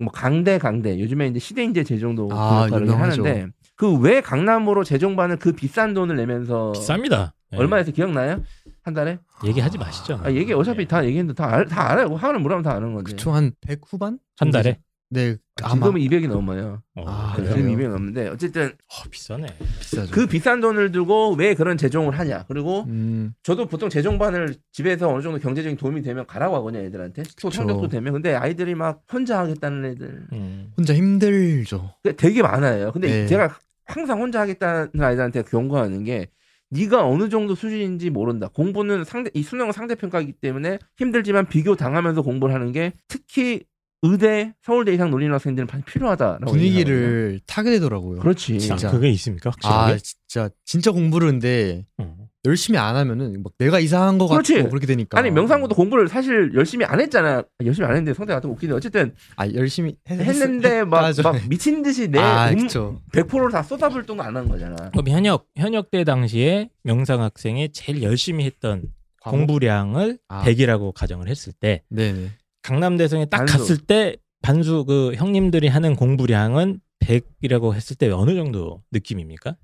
[SPEAKER 2] 뭐 강대 강대 요즘에 이제 시대인재 재정도
[SPEAKER 4] 아,
[SPEAKER 2] 그런 역할을
[SPEAKER 4] 유명하죠.
[SPEAKER 2] 하는데 그 왜 강남으로 재정반을 그 비싼 돈을 내면서
[SPEAKER 1] 비쌉니다. 네.
[SPEAKER 2] 얼마에서 기억나요? 한 달에?
[SPEAKER 1] 얘기하지 마시죠. 네.
[SPEAKER 2] 아, 얘기 어차피 다 얘기했는데 다, 알, 다 알아요. 뭐 화를 물으면 다 아는 건데.
[SPEAKER 4] 그쵸 한 100 후반?
[SPEAKER 1] 한 달에.
[SPEAKER 4] 네 아마
[SPEAKER 2] 네. 지금은 200이 넘어요.
[SPEAKER 1] 어,
[SPEAKER 4] 아,
[SPEAKER 1] 그래요?
[SPEAKER 2] 지금
[SPEAKER 4] 그래요?
[SPEAKER 2] 200이 넘는데 어쨌든
[SPEAKER 1] 어, 비싸네.
[SPEAKER 4] 비싸죠.
[SPEAKER 2] 그 비싼 돈을 두고 왜 그런 재종을 하냐. 그리고
[SPEAKER 4] 음,
[SPEAKER 2] 저도 보통 재종반을 집에서 어느 정도 경제적인 도움이 되면 가라고 하거든요, 애들한테. 또 성적도 되면. 근데 아이들이 막 혼자 하겠다는 애들
[SPEAKER 1] 음.
[SPEAKER 4] 혼자 힘들죠.
[SPEAKER 2] 그게 그러니까 되게 많아요. 근데
[SPEAKER 4] 네.
[SPEAKER 2] 제가 항상 혼자 하겠다는 아이들한테 경고하는 게 네가 어느 정도 수준인지 모른다. 공부는 상대 이 수능은 상대평가이기 때문에 힘들지만 비교 당하면서 공부를 하는 게 특히 의대, 서울대 이상 논리는 학생들은 반드시 필요하다라고 얘기하거든요.
[SPEAKER 4] 분위기를 타게 되더라고요.
[SPEAKER 2] 그렇지.
[SPEAKER 1] 아,
[SPEAKER 4] 진짜.
[SPEAKER 1] 그게 있습니까?
[SPEAKER 4] 아
[SPEAKER 1] 확실하게?
[SPEAKER 4] 진짜 진짜 공부를 근데
[SPEAKER 1] 음.
[SPEAKER 4] 열심히 안 하면은 막 내가 이상한 거
[SPEAKER 2] 그렇지.
[SPEAKER 4] 같고 그렇게 되니까
[SPEAKER 2] 아니 명상고도 공부를 사실 열심히 안 했잖아. 열심히 안 했는데 성대가 또 웃기네. 어쨌든
[SPEAKER 4] 아 열심히 했-
[SPEAKER 2] 했는데
[SPEAKER 4] [laughs]
[SPEAKER 2] 막,
[SPEAKER 4] 했다죠.
[SPEAKER 2] 막 미친 듯이 내 음,
[SPEAKER 4] 아
[SPEAKER 2] 몸
[SPEAKER 4] 그쵸
[SPEAKER 2] 100%를 다 쏟아부을 동안 안 하는 거잖아.
[SPEAKER 1] 그럼 현역 현역 때 당시에 명상 학생이 제일 열심히 했던
[SPEAKER 4] 과목?
[SPEAKER 1] 공부량을
[SPEAKER 4] 아.
[SPEAKER 1] 100이라고 가정을 했을 때
[SPEAKER 4] 네네
[SPEAKER 1] 강남대성에 딱
[SPEAKER 2] 반수.
[SPEAKER 1] 갔을 때 반수 그 형님들이 하는 공부량은 100이라고 했을 때 어느 정도 느낌입니까?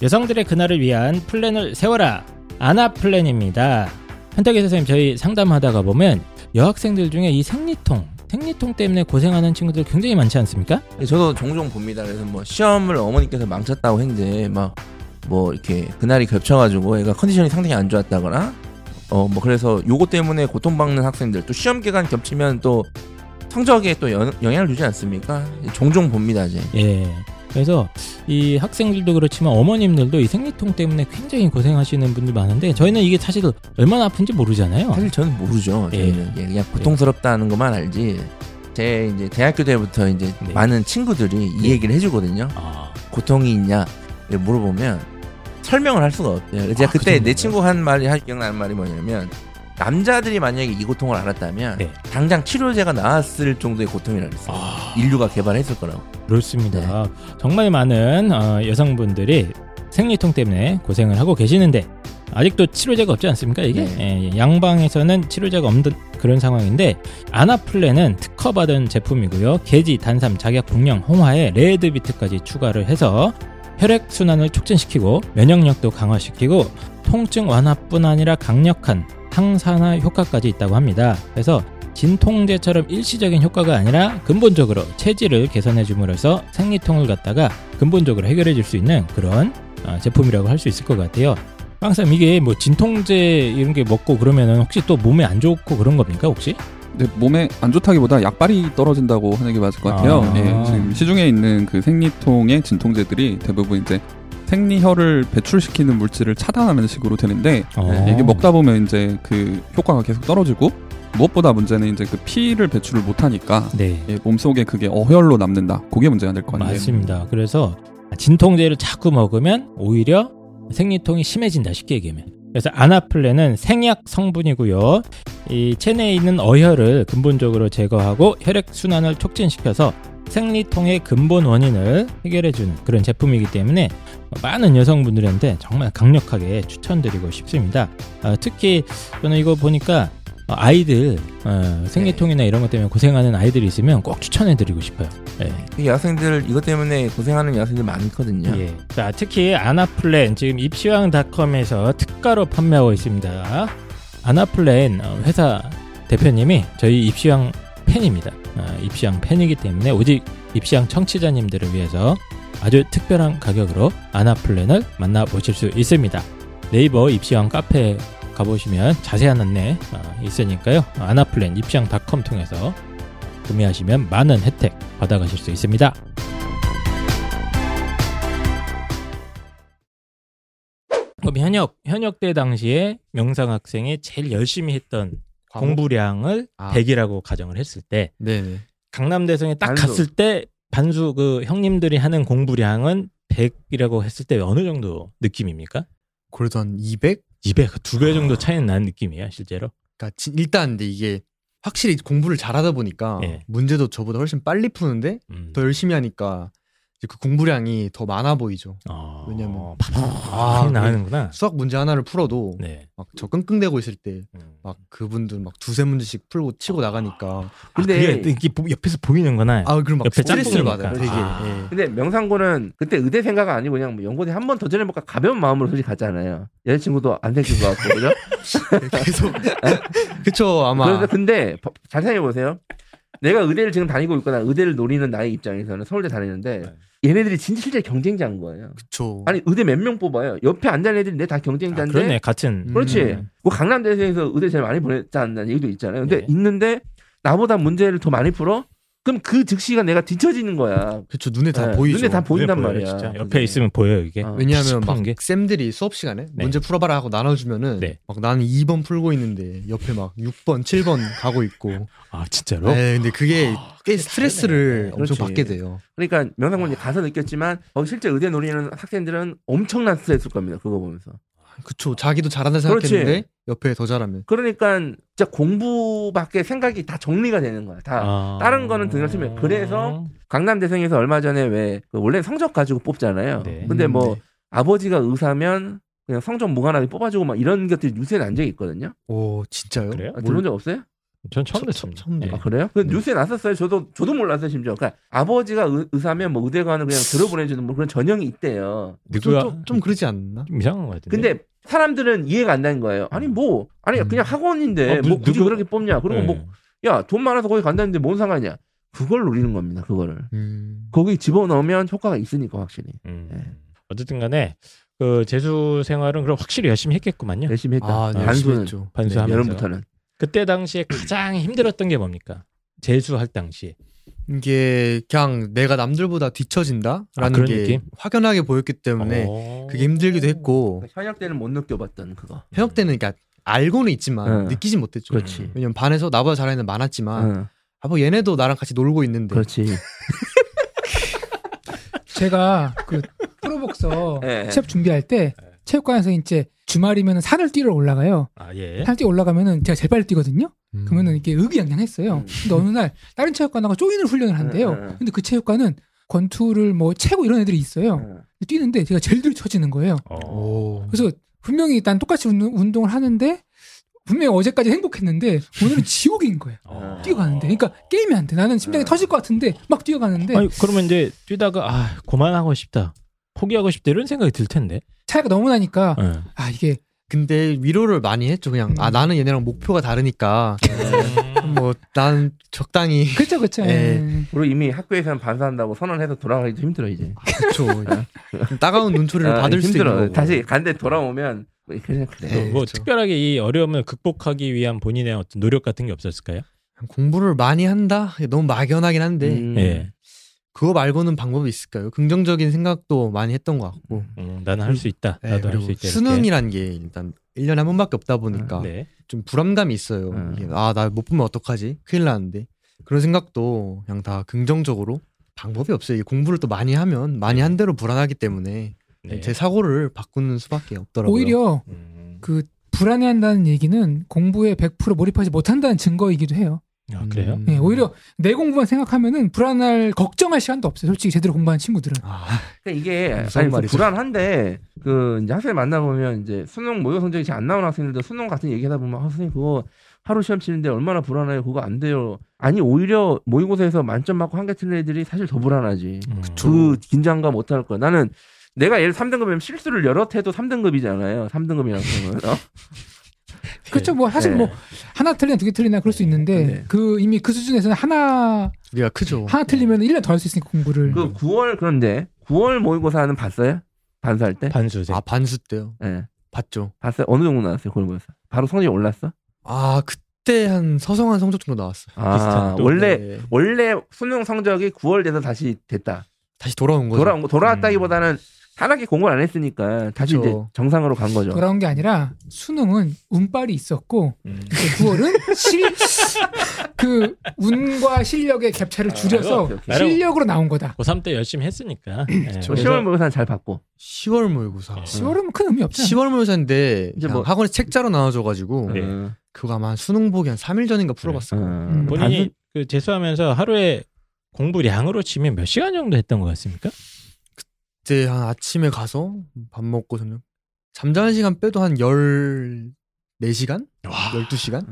[SPEAKER 1] 여성들의 그날을 위한 플랜을 세워라 아나 플랜입니다. 현탁이 선생님 저희 상담하다가 보면 여학생들 중에 이 생리통 생리통 때문에 고생하는 친구들 굉장히 많지 않습니까?
[SPEAKER 2] 예, 저도 종종 봅니다. 그래서 뭐 시험을 어머니께서 망쳤다고 했는데 막 뭐 이렇게 그날이 겹쳐가지고 애가 컨디션이 상당히 안 좋았다거나 어 뭐 그래서 요거 때문에 고통받는 학생들 또 시험 기간 겹치면 또 성적에 또 연- 영향을 주지 않습니까? 종종 봅니다 이제.
[SPEAKER 1] 예. 그래서 이 학생들도 그렇지만 어머님들도 이 생리통 때문에 굉장히 고생하시는 분들 많은데 저희는 이게 사실 얼마나 아픈지 모르잖아요.
[SPEAKER 2] 사실 저는 모르죠.
[SPEAKER 1] 예.
[SPEAKER 2] 저희는 예, 그냥 고통스럽다는 것만 알지. 제 이제 대학교 때부터 이제
[SPEAKER 1] 네.
[SPEAKER 2] 많은 친구들이 이
[SPEAKER 1] 네.
[SPEAKER 2] 얘기를 해주거든요.
[SPEAKER 1] 아,
[SPEAKER 2] 고통이 있냐 이렇게 물어보면 설명을 할 수가 없대요. 제가
[SPEAKER 1] 아, 그
[SPEAKER 2] 그때
[SPEAKER 1] 정도인가요?
[SPEAKER 2] 내 친구 한 말이 한 기억나는 말이 뭐냐면 남자들이 만약에 이 고통을 알았다면
[SPEAKER 1] 네.
[SPEAKER 2] 당장 치료제가 나왔을 정도의 고통이라고 했어요.
[SPEAKER 1] 아,
[SPEAKER 2] 인류가 개발했을 거라고.
[SPEAKER 1] 그렇습니다. 정말 많은 어, 여성분들이 생리통 때문에 고생을 하고 계시는데 아직도 치료제가 없지 않습니까? 이게 예, 예. 양방에서는 치료제가 없는 그런 상황인데 아나플레는 특허받은 제품이고요. 계지, 단삼, 작약, 복령, 홍화에 레드비트까지 추가를 해서 혈액 순환을 촉진시키고 면역력도 강화시키고 통증 완화뿐 아니라 강력한 항산화 효과까지 있다고 합니다. 그래서 진통제처럼 일시적인 효과가 아니라 근본적으로 체질을 개선해 줌으로써 생리통을 갖다가 근본적으로 해결해 줄 수 있는 그런 어, 제품이라고 할 수 있을 것 같아요. 빵쌤 이게 뭐 진통제 이런 게 먹고 그러면은 혹시 또 몸에 안 좋고 그런 겁니까 혹시?
[SPEAKER 7] 근데 몸에 안 좋다기보다 약발이 떨어진다고 하는 게 맞을 것 같아요.
[SPEAKER 1] 아.
[SPEAKER 7] 예, 지금 시중에 있는 그 생리통의 진통제들이 대부분 이제 생리혈을 배출시키는 물질을 차단하는 식으로 되는데
[SPEAKER 1] 어.
[SPEAKER 7] 이게 먹다 보면 이제 그 효과가 계속 떨어지고 무엇보다 문제는 이제 그 피를 배출을 못하니까
[SPEAKER 1] 네
[SPEAKER 7] 예, 몸속에 그게 어혈로 남는다. 그게 문제가 될 것 같아요.
[SPEAKER 1] 맞습니다. 그래서 진통제를 자꾸 먹으면 오히려 생리통이 심해진다 쉽게 얘기하면. 그래서 아나플레는 생약 성분이고요. 이 체내에 있는 어혈을 근본적으로 제거하고 혈액 순환을 촉진시켜서 생리통의 근본 원인을 해결해주는 그런 제품이기 때문에 많은 여성분들한테 정말 강력하게 추천드리고 싶습니다. 아, 특히 저는 이거 보니까 아이들 어, 생리통이나 이런 것 때문에 고생하는 아이들이 있으면 꼭 추천해드리고 싶어요. 예.
[SPEAKER 2] 그 여학생들 이것 때문에 고생하는 여학생들 많거든요.
[SPEAKER 1] 예. 자, 특히 아나플랜 지금 입시왕닷컴에서 특가로 판매하고 있습니다. 아나플랜 어, 회사 대표님이 저희 입시왕 팬입니다. 아, 입시왕 팬이기 때문에 오직 입시왕 청취자님들을 위해서 아주 특별한 가격으로 아나플랜을 만나보실 수 있습니다. 네이버 입시왕 카페 가보시면 자세한 안내 아, 있으니까요. 아나플랜 입시왕닷컴 통해서 구매하시면 많은 혜택 받아가실 수 있습니다. 그럼 현역 현역 때 당시에 명상 학생이 제일 열심히 했던
[SPEAKER 4] 과목?
[SPEAKER 1] 공부량을
[SPEAKER 4] 아.
[SPEAKER 1] 100이라고 가정을 했을 때
[SPEAKER 4] 네네
[SPEAKER 1] 강남대성에 딱
[SPEAKER 2] 반수.
[SPEAKER 1] 갔을 때 반수 그 형님들이 하는 공부량은 100이라고 했을 때 어느 정도 느낌입니까?
[SPEAKER 4] 그래도 한 200?
[SPEAKER 1] 200, 두 배 정도 차이는 나는 느낌이야 실제로.
[SPEAKER 4] 그러니까 진- 일단 근데 이게 확실히 공부를 잘하다 보니까
[SPEAKER 1] 예.
[SPEAKER 4] 문제도 저보다 훨씬 빨리 푸는데
[SPEAKER 1] 음.
[SPEAKER 4] 더 열심히 하니까 이제 그 공부량이 더 많아 보이죠
[SPEAKER 1] 어,
[SPEAKER 4] 왜냐면-
[SPEAKER 1] 팍팍
[SPEAKER 4] 아,
[SPEAKER 1] 나가는구나.
[SPEAKER 4] 수학 문제 하나를 풀어도
[SPEAKER 1] 네.
[SPEAKER 4] 막 저 끙끙대고 있을 때 막
[SPEAKER 1] 음.
[SPEAKER 4] 막 그분들 막 두세 문제씩 풀고 치고 나가니까
[SPEAKER 1] 근데
[SPEAKER 8] 근데-
[SPEAKER 1] 아, 그게 이게 보- 옆에서 보이는구나.
[SPEAKER 4] 아 그럼 막
[SPEAKER 1] 옆에
[SPEAKER 4] 스트레스를
[SPEAKER 1] 짬뽕이니까.
[SPEAKER 4] 받아요 되게
[SPEAKER 1] 아.
[SPEAKER 4] 예.
[SPEAKER 8] 근데 명상고는 그때 의대 생각 아니고 그냥 뭐 연고대 한 번 더 전해볼까 가벼운 마음으로 솔직히 갔잖아요. 여자친구도 안 생긴 것 같고 그죠? [laughs]
[SPEAKER 4] 계속 그쵸 아마
[SPEAKER 8] 그래서
[SPEAKER 2] 그러니까
[SPEAKER 8] 근데 버- 잘 생각해보세요. 내가 의대를 지금 다니고 있거나 의대를 노리는 나의 입장에서는 서울대 다니는데 얘네들이 진짜 실제 경쟁자인 거예요.
[SPEAKER 4] 그쵸
[SPEAKER 8] 아니 의대 몇 명 뽑아요. 옆에 앉아있는 애들이 내 다
[SPEAKER 1] 아,
[SPEAKER 8] 경쟁자인데
[SPEAKER 1] 그러네 같은.
[SPEAKER 4] 음.
[SPEAKER 8] 그렇지.
[SPEAKER 1] 음.
[SPEAKER 8] 뭐 강남대에서 의대 제일 많이 보냈다는 얘기도 있잖아요. 근데
[SPEAKER 1] 예.
[SPEAKER 8] 있는데 나보다 문제를 더 많이 풀어? 그럼 그 즉시가 내가 뒤처지는 거야.
[SPEAKER 4] 그쵸 눈에 다
[SPEAKER 8] 예,
[SPEAKER 4] 보이죠
[SPEAKER 8] 눈에 다 보인단
[SPEAKER 1] 보여요,
[SPEAKER 8] 말이야.
[SPEAKER 1] 진짜. 옆에
[SPEAKER 4] 그게.
[SPEAKER 1] 있으면 보여요 이게.
[SPEAKER 8] 어.
[SPEAKER 4] 아. 왜냐하면 막
[SPEAKER 1] 씹은 게?
[SPEAKER 4] 쌤들이 수업 시간에
[SPEAKER 1] 네.
[SPEAKER 4] 문제 풀어봐라 하고 나눠주면은
[SPEAKER 1] 네.
[SPEAKER 4] 막 나는 2번 풀고 있는데 옆에 막 6번, 7번 가고 있고.
[SPEAKER 1] 아 진짜로?
[SPEAKER 4] 네, 근데 그게 꽤 스트레스를
[SPEAKER 8] 아, 다르네.
[SPEAKER 4] 엄청
[SPEAKER 8] 그렇지.
[SPEAKER 4] 받게 돼요.
[SPEAKER 8] 그러니까 명상문제 가서 느꼈지만 거기 실제 의대 노리는 학생들은 엄청난 스트레스일 겁니다. 그거 보면서.
[SPEAKER 4] 그쵸. 자기도 잘한다 생각했는데 옆에 더 잘하면.
[SPEAKER 8] 그러니까 진짜 공부밖에 생각이 다 정리가 되는 거야. 다
[SPEAKER 1] 아.
[SPEAKER 8] 다른 거는 등을 쓰면- 그래서 강남대생에서 얼마 전에 왜 그 원래 성적 가지고 뽑잖아요.
[SPEAKER 1] 네.
[SPEAKER 8] 근데
[SPEAKER 4] 음,
[SPEAKER 8] 뭐
[SPEAKER 4] 네.
[SPEAKER 8] 아버지가 의사면 그냥 성적 뭐 무관하게 뽑아주고 막 이런 것들이 뉴스에 난 적이 있거든요.
[SPEAKER 4] 오, 진짜요?
[SPEAKER 1] 그래요?
[SPEAKER 8] 아, 들은 적 없어요?
[SPEAKER 1] 전 처음
[SPEAKER 4] 처-
[SPEAKER 1] 듣습니다.
[SPEAKER 4] 처음
[SPEAKER 1] 예.
[SPEAKER 8] 아 그래요? 그
[SPEAKER 4] 네.
[SPEAKER 8] 뉴스에 났었어요. 저도 저도 몰랐어요 심지어. 그러니까 아버지가 의, 의사면 뭐 의대관을 그냥 들어보내주는 뭐 그런 전형이 있대요.
[SPEAKER 1] 누구야?
[SPEAKER 4] 좀, 좀, 좀 그러지 않나?
[SPEAKER 1] 좀 이상한 것 같은데.
[SPEAKER 8] 근데 사람들은 이해가 안 되는 거예요. 아니 뭐 아니
[SPEAKER 4] 음.
[SPEAKER 8] 그냥 학원인데
[SPEAKER 1] 어, 누-
[SPEAKER 8] 뭐 굳이
[SPEAKER 1] 누구-
[SPEAKER 8] 그렇게 뽑냐? 그리고
[SPEAKER 1] 예.
[SPEAKER 8] 뭐 야 돈 많아서 거기 간다는데 뭔 상관이냐? 그걸 노리는 겁니다. 그거를
[SPEAKER 4] 음.
[SPEAKER 8] 거기 집어넣으면 효과가 있으니까 확실히
[SPEAKER 1] 음.
[SPEAKER 8] 예.
[SPEAKER 1] 어쨌든간에 그 재수 생활은 그럼 확실히 열심히 했겠구만요.
[SPEAKER 8] 열심히 했다.
[SPEAKER 4] 아, 네, 열심히
[SPEAKER 8] 단수는
[SPEAKER 4] 했죠.
[SPEAKER 1] 반수하면서.
[SPEAKER 8] 여름부터는
[SPEAKER 1] 그때 당시에 가장 힘들었던 게 뭡니까? 재수할 당시에.
[SPEAKER 8] 네.
[SPEAKER 4] 이게 그냥 내가 남들보다 뒤처진다라는
[SPEAKER 1] 아, 그런
[SPEAKER 4] 게
[SPEAKER 1] 느낌?
[SPEAKER 4] 확연하게 보였기 때문에
[SPEAKER 1] 어.
[SPEAKER 4] 음, 네. 그게 힘들기도 했고
[SPEAKER 8] 현역 때는 못 느껴봤던 그거.
[SPEAKER 4] 현역 때는 그러니까 알고는 있지만
[SPEAKER 8] 네.
[SPEAKER 4] 느끼진 못했죠.
[SPEAKER 1] 그렇지.
[SPEAKER 4] 왜냐면 반에서 나보다 잘하는 애는 많았지만
[SPEAKER 8] 응,
[SPEAKER 4] 아 뭐 얘네도 나랑 같이 놀고 있는데
[SPEAKER 8] 그렇지.
[SPEAKER 3] 제가 그 프로복서
[SPEAKER 8] 예, 예.
[SPEAKER 3] 시합 준비할 때 체육관에서 이제 주말이면 산을 뛰러 올라가요.
[SPEAKER 1] 아 예.
[SPEAKER 3] 산을 뛰어 올라가면은 제가 제일 빨리 뛰거든요.
[SPEAKER 4] 음.
[SPEAKER 3] 그러면은 이렇게 의기양양했어요. 근데 어느 날 다른 체육관하고 조인을 훈련을 한대요.
[SPEAKER 8] 음, 음.
[SPEAKER 3] 근데 그 체육관은 권투를 뭐 채고 이런 애들이 있어요.
[SPEAKER 8] 응.
[SPEAKER 3] 근데 뛰는데 제가 제일 들쳐지는 거예요.
[SPEAKER 1] 어.
[SPEAKER 4] 오.
[SPEAKER 3] 그래서 분명히 일단 똑같이 운동, 을 하는데 분명히 어제까지 행복했는데 오늘은 지옥인 거예요.
[SPEAKER 1] 어.
[SPEAKER 3] 뛰어가는데. 그러니까 게임이 안 돼. 나는 심장이
[SPEAKER 8] 음.
[SPEAKER 3] 터질 것 같은데 막 뛰어가는데
[SPEAKER 1] 아니 그러면 이제 뛰다가 아 그만하고 싶다. 포기하고 싶다 이런 생각이 들 텐데.
[SPEAKER 3] 차이가 너무 나니까
[SPEAKER 1] 예.
[SPEAKER 3] 아 이게
[SPEAKER 4] 근데 위로를 많이 했죠. 그냥 아
[SPEAKER 3] 음.
[SPEAKER 4] 나는 얘네랑 목표가 다르니까
[SPEAKER 1] 예.
[SPEAKER 4] 뭐 난 적당히
[SPEAKER 1] [laughs]
[SPEAKER 3] 그렇죠 그렇죠.
[SPEAKER 4] 예.
[SPEAKER 8] 그리고 이미 학교에서는 반사한다고 선언해서 돌아가기도 힘들어 이제.
[SPEAKER 4] 그쵸. 따가운 눈초리를
[SPEAKER 8] 아,
[SPEAKER 4] 받을 수
[SPEAKER 8] 힘들어.
[SPEAKER 4] 있는 거고.
[SPEAKER 8] 다시 간데 돌아오면 뭐 그냥 그래.
[SPEAKER 4] 네,
[SPEAKER 1] 뭐
[SPEAKER 4] 그렇죠.
[SPEAKER 1] 특별하게 이 어려움을 극복하기 위한 본인의 어떤 노력 같은 게 없었을까요?
[SPEAKER 4] 공부를 많이 한다. 이게 너무 막연하긴 한데
[SPEAKER 8] 음.
[SPEAKER 1] 예.
[SPEAKER 4] 그거 말고는 방법이 있을까요? 긍정적인 생각도 많이 했던 것 같고.
[SPEAKER 1] 음, 나는 할 수 있다.
[SPEAKER 4] 네,
[SPEAKER 1] 나도 할
[SPEAKER 4] 그리고
[SPEAKER 1] 수 있다. 이렇게.
[SPEAKER 4] 수능이란 게 일단 1년에 한 번밖에 없다 보니까
[SPEAKER 1] 네.
[SPEAKER 4] 좀 불안감이 있어요.
[SPEAKER 8] 음.
[SPEAKER 4] 이게 아, 나 못 보면 어떡하지? 큰일 나는데. 그런 생각도 그냥 다 긍정적으로 방법이 없어요. 이게 공부를 또 많이 하면 많이 한 대로 불안하기 때문에
[SPEAKER 1] 네.
[SPEAKER 4] 제 사고를 바꾸는 수밖에 없더라고요.
[SPEAKER 3] 오히려
[SPEAKER 1] 음.
[SPEAKER 3] 그 불안해한다는 얘기는 공부에 100% 몰입하지 못한다는 증거이기도 해요.
[SPEAKER 1] 아 그래요?
[SPEAKER 4] 음.
[SPEAKER 3] 예, 오히려 내 공부만 생각하면은 불안할 걱정할 시간도 없어요. 솔직히 제대로 공부하는 친구들은.
[SPEAKER 4] 아,
[SPEAKER 8] 그러니까 이게
[SPEAKER 4] 무서운
[SPEAKER 8] 아니, 뭐
[SPEAKER 4] 말이죠.
[SPEAKER 8] 불안한데 그 이제 학생 만나 보면 이제 수능 모의 성적이 잘 안 나오는 학생들도 수능 같은 얘기하다 보면 아, 선생님 그거 하루 시험 치는데 얼마나 불안해요. 그거 안 돼요. 아니 오히려 모의고사에서 만점 맞고 한개 틀린 애들이 사실 더 불안하지.
[SPEAKER 1] 음.
[SPEAKER 8] 그 긴장감 못할 거야. 나는 내가 예를 3등급이면 실수를 여러 해도 3등급이잖아요. 3등급이라는 거는. 어?
[SPEAKER 3] 그렇죠. 뭐 사실
[SPEAKER 8] 네.
[SPEAKER 3] 뭐 하나 틀리나 두 개 틀리나 그럴 수 있는데
[SPEAKER 8] 네.
[SPEAKER 3] 그 이미 그 수준에서는 하나
[SPEAKER 4] 우리가 크죠.
[SPEAKER 3] 하나 틀리면 1년 더 할 수 있으니까 공부를.
[SPEAKER 8] 그 9월 그런데 9월 모의고사는 봤어요? 반수할 때?
[SPEAKER 1] 반수생.
[SPEAKER 4] 아, 반수 때요.
[SPEAKER 8] 예.
[SPEAKER 4] 봤죠.
[SPEAKER 8] 봤어요? 어느 정도 나왔어요? 그걸 모였어. 바로 성적이 올랐어?
[SPEAKER 4] 아, 그때 한 서성한 성적 정도 나왔어요.
[SPEAKER 8] 아,
[SPEAKER 1] 비슷한 또,
[SPEAKER 8] 원래
[SPEAKER 4] 네.
[SPEAKER 8] 원래 수능 성적이 9월 돼서 다시 됐다.
[SPEAKER 4] 다시 돌아온 거죠.
[SPEAKER 2] 뭐
[SPEAKER 8] 돌아온 거 돌아왔다기보다는 한 학기 공부를 안 했으니까 다시
[SPEAKER 4] 그쵸.
[SPEAKER 8] 이제 정상으로 간 거죠.
[SPEAKER 3] 돌아온 게 아니라 수능은 운빨이 있었고
[SPEAKER 1] 음.
[SPEAKER 3] 이제 9월은 실그 운과 실력의 격차를 줄여서
[SPEAKER 8] 오케이,
[SPEAKER 1] 오케이.
[SPEAKER 3] 실력으로 나온 거다.
[SPEAKER 1] 고3 때 열심히 했으니까. 예.
[SPEAKER 4] 그쵸.
[SPEAKER 8] 뭐 시험을 보고서는 잘 봤고.
[SPEAKER 4] 10월 모의고사.
[SPEAKER 3] 10월은 큰 의미 없잖아.
[SPEAKER 4] 10월 모의고사인데
[SPEAKER 8] 이제
[SPEAKER 4] 그냥
[SPEAKER 8] 뭐-
[SPEAKER 4] 학원에 책자로 나눠줘가지고
[SPEAKER 1] 네.
[SPEAKER 8] 어,
[SPEAKER 4] 그거 아마 수능 보기 한 3일 전인가 풀어봤을 거예요.
[SPEAKER 8] 어.
[SPEAKER 3] 음.
[SPEAKER 1] 본인이 그 재수하면서 하루에 공부량으로 치면 몇 시간 정도 했던 것 같습니까?
[SPEAKER 4] 그때 한 아침에 가서 밥 먹고 저녁 잠자는 시간 빼도 한 14시간? 12시간?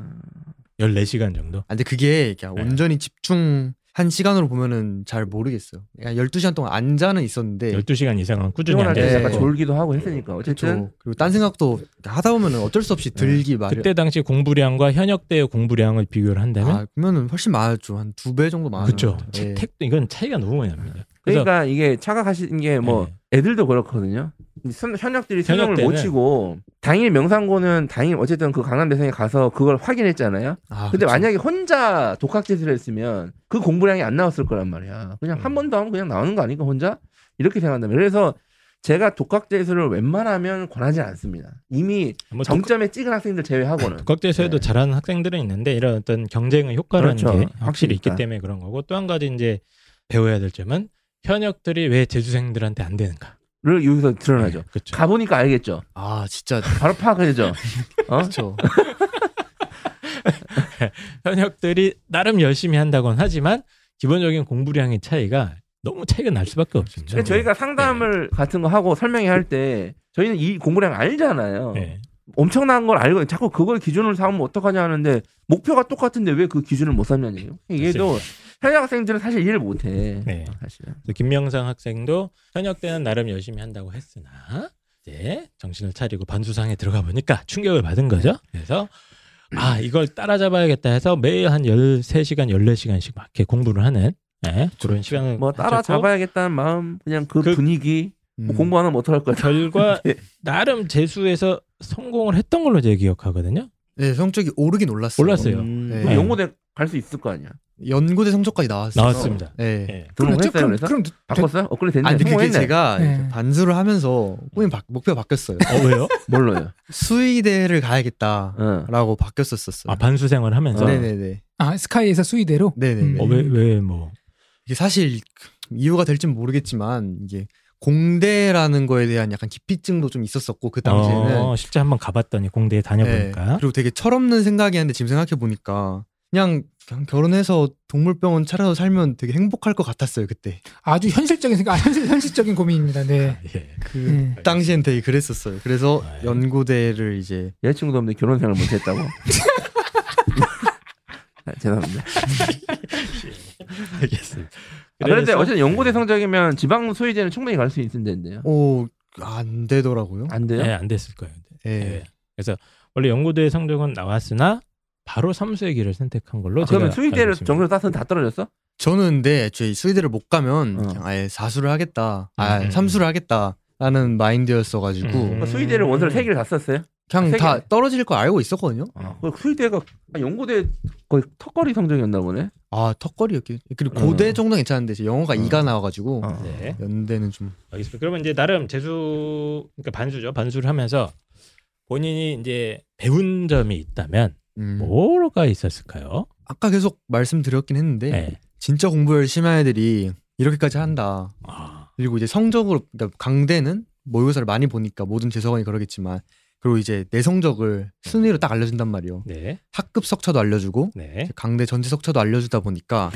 [SPEAKER 1] 14시간 정도.
[SPEAKER 4] 아, 근데 그게 그냥
[SPEAKER 1] 네.
[SPEAKER 4] 온전히 집중한 시간으로 보면은 잘 모르겠어요. 그냥 12시간 동안 안 자는 있었는데
[SPEAKER 1] 12시간 이상은 꾸준히 안
[SPEAKER 2] 피곤할 때
[SPEAKER 4] 네.
[SPEAKER 2] 약간
[SPEAKER 1] 되고
[SPEAKER 2] 졸기도 하고 했으니까 어쨌든
[SPEAKER 4] 그렇죠. 그리고 딴 생각도 하다 보면은 어쩔 수 없이 들기 마련.
[SPEAKER 1] 예. 그때 당시 공부량과 현역 때의 공부량을 비교를 한다면
[SPEAKER 4] 아, 네. 그러면은 훨씬 많았죠. 한 두 배 정도 많았죠. 예.
[SPEAKER 1] 그렇죠. 택도 이건 차이가 너무 많이 납니다. 그래서
[SPEAKER 2] 그러니까 이게 착각하시는 게 뭐
[SPEAKER 1] 네.
[SPEAKER 2] 애들도 그렇거든요. 선- 현역들이 수능을 못
[SPEAKER 1] 때는-
[SPEAKER 2] 치고 당일 명상고는 당일 어쨌든 그 강남대생에 가서 그걸 확인했잖아요.
[SPEAKER 4] 아,
[SPEAKER 2] 근데
[SPEAKER 4] 그쵸.
[SPEAKER 2] 만약에 혼자 독학짓을 했으면 그 공부량이 안 나왔을 거란 말이야. 그냥
[SPEAKER 8] 음.
[SPEAKER 2] 한 번 더 하면 그냥 나오는 거 아닌가 혼자 이렇게 생각한다면 그래서 제가 독학제수를 웬만하면 권하지 않습니다. 이미
[SPEAKER 1] 뭐
[SPEAKER 2] 정점에 찍은 학생들 제외하고는
[SPEAKER 1] [coughs] 국학대에서도
[SPEAKER 2] 네.
[SPEAKER 1] 잘하는 학생들은 있는데 이런 어떤 경쟁의 효과라는
[SPEAKER 2] 그렇죠.
[SPEAKER 1] 게 확실히 있기
[SPEAKER 2] 있으니까.
[SPEAKER 1] 때문에 그런 거고 또 한 가지 이제 배워야 될 점은 현역들이 왜 재수생들한테 안 되는가.
[SPEAKER 2] 를 여기서 드러나죠.
[SPEAKER 1] 네, 그렇죠.
[SPEAKER 2] 가보니까 알겠죠.
[SPEAKER 4] 아,
[SPEAKER 8] [laughs]
[SPEAKER 4] 진짜
[SPEAKER 2] 바로 파악하죠. 어?
[SPEAKER 4] 그렇죠.
[SPEAKER 1] 현역들이 나름 열심히 한다곤 하지만 기본적인 공부량의 차이가 너무 차이가 날 수밖에 없습니다.
[SPEAKER 2] 근데 저희가 상담을 같은 거 하고 설명회 할 때 저희는 이 공부량 알잖아요.
[SPEAKER 1] 네.
[SPEAKER 2] 엄청난 걸 알고 자꾸 그걸 기준으로 삼으면 어떡하냐 하는데 목표가 똑같은데 왜 그 기준을 못 삼냐니요. 이게 또 현역 학생들은 사실 이해를 못해.
[SPEAKER 1] 네.
[SPEAKER 2] 사실.
[SPEAKER 1] 그래서 김명상 학생도 현역 때는 나름 열심히 한다고 했으나 이제 정신을 차리고 반수상에 들어가 보니까 충격을 받은 거죠. 그래서 아 이걸 따라잡아야겠다 해서 매일 한 13시간, 14시간씩 막 이렇게 공부를 하는 예, 그런 시간을
[SPEAKER 2] 뭐 따라
[SPEAKER 1] 가졌고
[SPEAKER 2] 잡아야겠다는 마음, 그냥 그,
[SPEAKER 1] 그-
[SPEAKER 2] 분위기, 뭐
[SPEAKER 4] 음.
[SPEAKER 2] 공부 안 하면 어떡할 거야. [laughs]
[SPEAKER 1] 결과
[SPEAKER 2] 네.
[SPEAKER 1] 나름 재수에서 성공을 했던 걸로 제 기억하거든요.
[SPEAKER 4] 네, 성적이 오르긴 올랐어요.
[SPEAKER 1] 올랐어요.
[SPEAKER 2] 음,
[SPEAKER 4] 네.
[SPEAKER 2] 뭐 연고대 갈 수 있을 거 아니야.
[SPEAKER 4] 연고대 성적까지 나왔어요.
[SPEAKER 1] 나왔습니다.
[SPEAKER 4] 네.
[SPEAKER 1] 예.
[SPEAKER 2] 그럼
[SPEAKER 3] 그럼
[SPEAKER 2] 했어요.
[SPEAKER 3] 어째- 그럼
[SPEAKER 2] 그래서
[SPEAKER 3] 그럼
[SPEAKER 2] 바꿨어요? 업그레이드 됐네.
[SPEAKER 4] 아, 근데 그게
[SPEAKER 2] 성공했네.
[SPEAKER 4] 제가
[SPEAKER 3] 네.
[SPEAKER 4] 반수를 하면서 꿈이 바, 목표가 바뀌었어요.
[SPEAKER 1] 어 왜요?
[SPEAKER 2] 뭘로요?
[SPEAKER 4] 수의대를 가야겠다라고
[SPEAKER 2] 어.
[SPEAKER 4] 바뀌었었어요.
[SPEAKER 1] 아 반수 생활하면서
[SPEAKER 2] 어.
[SPEAKER 4] 네네네.
[SPEAKER 3] 아 스카이에서 수위대로
[SPEAKER 4] 네네네.
[SPEAKER 3] 어,
[SPEAKER 1] 어 왜 왜뭐
[SPEAKER 4] 이게 사실 그 이유가 될진 모르겠지만 이게 공대라는 거에 대한 약간 기피증도 좀 있었었고 그 당시에는
[SPEAKER 1] 어, 실제 한번 가봤더니 공대에
[SPEAKER 4] 네,
[SPEAKER 1] 다녀보니까
[SPEAKER 4] 그리고 되게 철없는 생각이었는데 지금 생각해 보니까 그냥, 그냥 결혼해서 동물병원 차려서 살면 되게 행복할 것 같았어요 그때.
[SPEAKER 3] 아주 현실적인 생각, 아, 현실 현실적인 고민입니다.
[SPEAKER 2] 아,
[SPEAKER 3] 네.
[SPEAKER 1] 예.
[SPEAKER 4] 그
[SPEAKER 3] 음.
[SPEAKER 4] 당시엔 되게 그랬었어요. 그래서
[SPEAKER 1] 아, 예.
[SPEAKER 4] 연고대를 이제
[SPEAKER 2] 여자친구도 없는데 결혼 생활 못 했다고. 아, 죄송합니다.
[SPEAKER 1] 알겠습니다.
[SPEAKER 2] 아, 그런데
[SPEAKER 1] 그래서-
[SPEAKER 2] 어쨌든 연고대 성적이면 지방 소위제는 충분히 갈 수 있는 데인데요.
[SPEAKER 4] 오안 되더라고요.
[SPEAKER 2] 안 돼요?
[SPEAKER 1] 예, 안 됐을 거예요.
[SPEAKER 4] 예.
[SPEAKER 2] 네.
[SPEAKER 1] 예. 그래서 원래 연고대 성적은 나왔으나 바로 삼수의 길을 선택한 걸로
[SPEAKER 2] 아, 그러면
[SPEAKER 1] 제가
[SPEAKER 2] 수의대를
[SPEAKER 1] 알고 있습니다.
[SPEAKER 2] 정서로 따서 다 떨어졌어?
[SPEAKER 4] 저는 근데 애초에 수의대를 못 가면
[SPEAKER 2] 어.
[SPEAKER 4] 그냥 아예 사수를 하겠다, 아
[SPEAKER 1] 음.
[SPEAKER 4] 삼수를 하겠다라는 마인드였어가지고
[SPEAKER 1] 음.
[SPEAKER 2] 그러니까 수의대를 원서를 세 개를 다 썼어요.
[SPEAKER 4] 그냥
[SPEAKER 2] 세
[SPEAKER 4] 다
[SPEAKER 2] 개.
[SPEAKER 4] 떨어질 거 알고 있었거든요.
[SPEAKER 2] 그 수의대가 아, 연고대 거의 턱걸이 성적이었나 보네.
[SPEAKER 4] 아 턱걸이였긴. 그리고
[SPEAKER 2] 어.
[SPEAKER 4] 고대 정도는 괜찮은데 이제 영어가
[SPEAKER 2] 어.
[SPEAKER 4] 이 2가 나와가지고
[SPEAKER 2] 어.
[SPEAKER 1] 음. 네,
[SPEAKER 4] 연대는 좀
[SPEAKER 1] 알겠습니다. 그러면 이제 나름 재수 그러니까 반수죠. 반수를 하면서 본인이 이제 배운 점이 있다면
[SPEAKER 4] 음.
[SPEAKER 1] 뭐가 있었을까요?
[SPEAKER 4] 아까 계속 말씀드렸긴 했는데
[SPEAKER 1] 네.
[SPEAKER 4] 진짜 공부 열심히 한 애들이 이렇게까지 한다.
[SPEAKER 1] 아,
[SPEAKER 4] 그리고 이제 성적으로 그러니까 강대는 모의고사를 많이 보니까 모든 재서관이 그러겠지만 그리고 이제 내 성적을 순위로 딱 알려준단 말이에요.
[SPEAKER 1] 네,
[SPEAKER 4] 학급 석차도 알려주고
[SPEAKER 1] 네.
[SPEAKER 4] 강대 전체 석차도 알려주다 보니까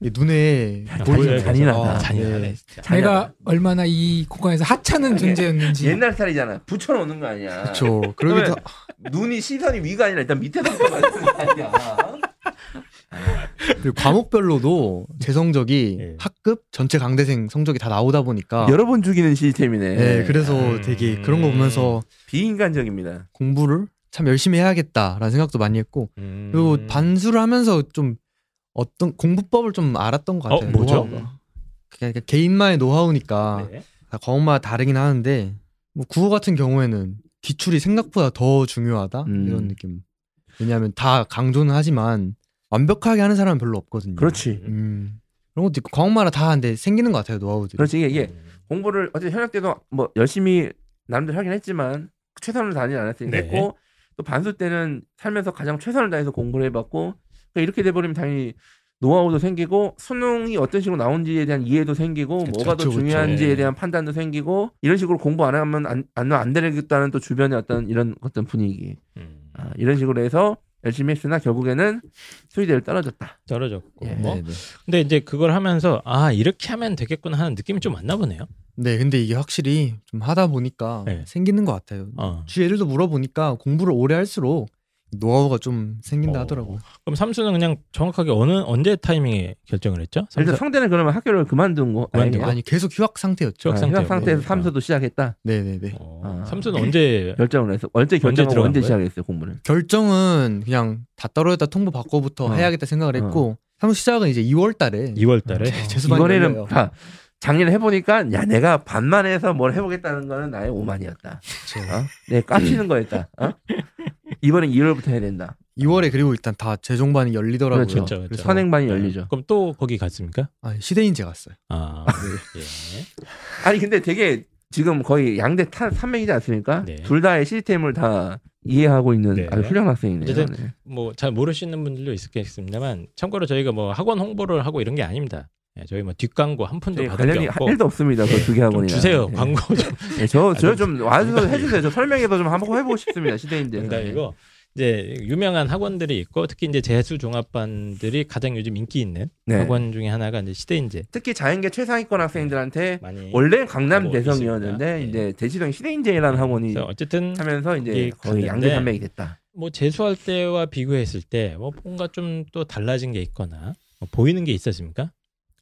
[SPEAKER 4] 이게
[SPEAKER 2] [laughs]
[SPEAKER 4] 눈에
[SPEAKER 1] 보여요.
[SPEAKER 2] 잔인- 잔인하다.
[SPEAKER 4] 아,
[SPEAKER 1] 잔인하네.
[SPEAKER 4] 네.
[SPEAKER 1] 진짜.
[SPEAKER 3] 내가 얼마나 이 공간에서 하찮은 존재였는지.
[SPEAKER 2] 뭐. 옛날 스타일이잖아. 붙여놓는 거 아니야.
[SPEAKER 4] [laughs] 그렇죠. 그러기도
[SPEAKER 2] 그러면- 눈이 시선이 위가 아니라 일단 밑에서부터 가야 되는 거 아니야.
[SPEAKER 4] 그리고 과목별로도 제 성적이
[SPEAKER 1] 예.
[SPEAKER 4] 학급 전체 강대생 성적이 다 나오다 보니까
[SPEAKER 2] 여러 예. 번 죽이는 시스템이네.
[SPEAKER 4] 네, 그래서
[SPEAKER 1] 음.
[SPEAKER 4] 되게 그런 거
[SPEAKER 2] 음.
[SPEAKER 4] 보면서
[SPEAKER 2] 비인간적입니다.
[SPEAKER 4] 공부를 참 열심히 해야겠다라는 생각도 많이 했고
[SPEAKER 1] 음.
[SPEAKER 4] 그리고 반수를 하면서 좀 어떤 공부법을 좀 알았던 것
[SPEAKER 1] 어,
[SPEAKER 4] 같아요.
[SPEAKER 1] 뭐죠?
[SPEAKER 2] 네.
[SPEAKER 4] 노하우가. 그냥 그러니까 개인만의 노하우니까
[SPEAKER 1] 네.
[SPEAKER 4] 다 과목마다 다르긴 하는데 뭐 국어 같은 경우에는 기출이 생각보다 더 중요하다
[SPEAKER 2] 음.
[SPEAKER 4] 이런 느낌. 왜냐하면 다 강조는 하지만 완벽하게 하는 사람은 별로 없거든요.
[SPEAKER 2] 그렇지.
[SPEAKER 4] 음. 그런 것도 있고 과목마다 다 근데 생기는 것 같아요 노하우들이.
[SPEAKER 2] 그렇지 이게, 이게
[SPEAKER 1] 네.
[SPEAKER 2] 공부를 어제 현역 때도 뭐 열심히 남들 하긴 했지만 최선을 다하지 않았으니까
[SPEAKER 1] 네.
[SPEAKER 2] 했고 또 반수 때는 살면서 가장 최선을 다해서 공부를 해봤고 그러니까 이렇게 돼버리면 당연히 노하우도 생기고 수능이 어떤 식으로 나온지에 대한 이해도 생기고 뭐가 더
[SPEAKER 4] 그쵸, 그쵸.
[SPEAKER 2] 중요한지에
[SPEAKER 1] 네.
[SPEAKER 2] 대한 판단도 생기고 이런 식으로 공부 안 하면 안, 안, 안 되겠다는 또 주변의 어떤 이런 어떤 분위기
[SPEAKER 1] 음.
[SPEAKER 2] 아, 이런 식으로 해서 열심히 했으나 결국에는 수의대를 떨어졌다.
[SPEAKER 1] 떨어졌고.
[SPEAKER 2] 예.
[SPEAKER 1] 뭐.
[SPEAKER 4] 네, 네.
[SPEAKER 1] 근데 이제 그걸 하면서 아 이렇게 하면 되겠구나 하는 느낌이 좀 왔나 보네요.
[SPEAKER 4] 네, 근데 이게 확실히 좀 하다 보니까
[SPEAKER 1] 네.
[SPEAKER 4] 생기는 것 같아요.
[SPEAKER 1] 어.
[SPEAKER 4] 주위들도 물어보니까 공부를 오래 할수록 노하우가 좀 생긴다
[SPEAKER 1] 어.
[SPEAKER 4] 하더라고.
[SPEAKER 1] 그럼 삼수는 그냥 정확하게 어느 언제 타이밍에 결정을 했죠?
[SPEAKER 2] 일단
[SPEAKER 1] 삼수
[SPEAKER 2] 성대는 그러면 학교를 그만둔 거
[SPEAKER 1] 그만두고.
[SPEAKER 2] 아니에요?
[SPEAKER 4] 아니 계속 휴학 상태였죠.
[SPEAKER 1] 휴학
[SPEAKER 2] 아,
[SPEAKER 1] 상태였고.
[SPEAKER 2] 휴학 상태에서 삼수도 시작했다.
[SPEAKER 4] 네네네.
[SPEAKER 1] 어,
[SPEAKER 2] 아.
[SPEAKER 1] 삼수는 언제
[SPEAKER 2] 결정을 해서 언제
[SPEAKER 1] 언제
[SPEAKER 2] 결정하고
[SPEAKER 1] 들어간
[SPEAKER 2] 언제
[SPEAKER 1] 거예요?
[SPEAKER 2] 시작했어요 공부를?
[SPEAKER 4] 결정은 그냥 다 떨어졌다 통보 받고부터
[SPEAKER 2] 어.
[SPEAKER 4] 해야겠다 생각을 했고 삼수 시작은 이제 2월 달에
[SPEAKER 1] 2월 달에
[SPEAKER 2] 아,
[SPEAKER 4] 재수반이
[SPEAKER 2] 이번에는
[SPEAKER 4] 열려요.
[SPEAKER 2] 봐, 작년에 해보니까 야 내가 반만 해서 뭘 해보겠다는 거는 나의 오만이었다. 어? 내 깝치는 거였다. 어? 이번엔 2월부터 해야 된다.
[SPEAKER 4] 2월에 그리고 일단 다 재종반이 열리더라고요.
[SPEAKER 2] 그렇죠.
[SPEAKER 1] [laughs] 그렇죠, 그렇죠.
[SPEAKER 2] 선행반이 열리죠.
[SPEAKER 1] 그럼 또 거기 갔습니까?
[SPEAKER 4] 아, 시대인제 갔어요.
[SPEAKER 1] 아, [laughs]
[SPEAKER 2] 아니 근데 되게 지금 거의 양대 탄 산맥이지 않습니까?
[SPEAKER 1] 네.
[SPEAKER 2] 둘 다의 시스템을 다 이해하고 있는
[SPEAKER 1] 네.
[SPEAKER 2] 아주 훌륭한 학생이네요.
[SPEAKER 1] 어쨌든
[SPEAKER 2] 네.
[SPEAKER 1] 뭐 잘 모르시는 분들도 있겠습니다만 참고로 저희가 뭐 학원 홍보를 하고 이런 게 아닙니다. 예, 저희 뭐 뒷광고 한 푼도
[SPEAKER 2] 네,
[SPEAKER 1] 받은
[SPEAKER 2] 관련이
[SPEAKER 1] 게
[SPEAKER 2] 한 예.
[SPEAKER 1] 없고
[SPEAKER 2] 일도 없습니다. 그 두
[SPEAKER 1] 네.
[SPEAKER 2] 개
[SPEAKER 1] 좀
[SPEAKER 2] 학원이
[SPEAKER 1] 주세요 [laughs] 광고 좀
[SPEAKER 2] 저저좀 와서 해주세요. 저 설명해서 좀 한번 해보고 싶습니다. 시대인데.
[SPEAKER 1] 농담이고 이제 유명한 학원들이 있고 특히 이제 재수 종합반들이 가장 요즘 인기 있는
[SPEAKER 2] 네.
[SPEAKER 1] 학원 중에 하나가 이제 시대인재
[SPEAKER 2] 특히 자연계 최상위권 학생들한테
[SPEAKER 1] 많이
[SPEAKER 2] 원래 강남
[SPEAKER 1] 뭐
[SPEAKER 2] 대성이었는데
[SPEAKER 1] 있습니다. 네.
[SPEAKER 2] 이제 대치동 시대인재라는 학원이
[SPEAKER 1] 그래서 어쨌든
[SPEAKER 2] 하면서 이제
[SPEAKER 1] 이게 갔는데
[SPEAKER 2] 거의 양대 산맥이 됐다.
[SPEAKER 1] 뭐 재수할 때와 비교했을 때 뭐 뭔가 좀 또 달라진 게 있거나 뭐 보이는 게 있었습니까?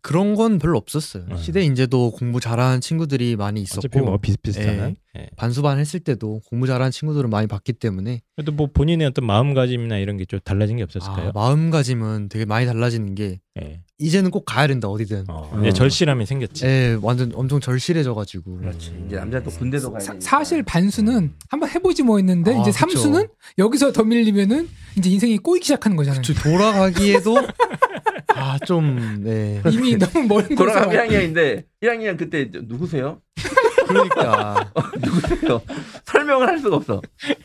[SPEAKER 4] 그런 건 별로 없었어요.
[SPEAKER 1] 네.
[SPEAKER 4] 시대인제도 공부 잘하는 친구들이 많이
[SPEAKER 1] 어차피
[SPEAKER 4] 있었고
[SPEAKER 1] 뭐 비슷비슷한 예.
[SPEAKER 4] 반수반 했을 때도 공부 잘하는 친구들을 많이 봤기 때문에
[SPEAKER 1] 그래도 뭐 본인의 어떤 마음가짐이나 이런 게 좀 달라진 게
[SPEAKER 4] 아,
[SPEAKER 1] 없었을까요?
[SPEAKER 4] 마음가짐은 되게 많이 달라지는 게
[SPEAKER 1] 예.
[SPEAKER 4] 이제는 꼭 가야 된다 어디든.
[SPEAKER 1] 어,
[SPEAKER 2] 음.
[SPEAKER 1] 이제 절실함이 생겼지.
[SPEAKER 4] 예, 완전 엄청 절실해져가지고.
[SPEAKER 2] 이제 남자 또 군대도 가야
[SPEAKER 3] 사-
[SPEAKER 2] 되니까.
[SPEAKER 3] 사실 반수는 한번 해보지 뭐 했는데
[SPEAKER 4] 아,
[SPEAKER 3] 이제
[SPEAKER 4] 그쵸.
[SPEAKER 3] 삼수는 여기서 더 밀리면은 이제 인생이 꼬이기 시작하는 거잖아요.
[SPEAKER 4] 저 돌아가기에도 [laughs] 아 좀 네.
[SPEAKER 3] 이미 너무
[SPEAKER 2] [laughs]
[SPEAKER 3] 먼 곳에
[SPEAKER 2] 돌아가면
[SPEAKER 3] 와-
[SPEAKER 2] 1학년인데 1학년 그때 저- 누구세요? [laughs]
[SPEAKER 4] 그러니까
[SPEAKER 2] 어, 누구세요? [laughs] 설명을 할 수가 없어.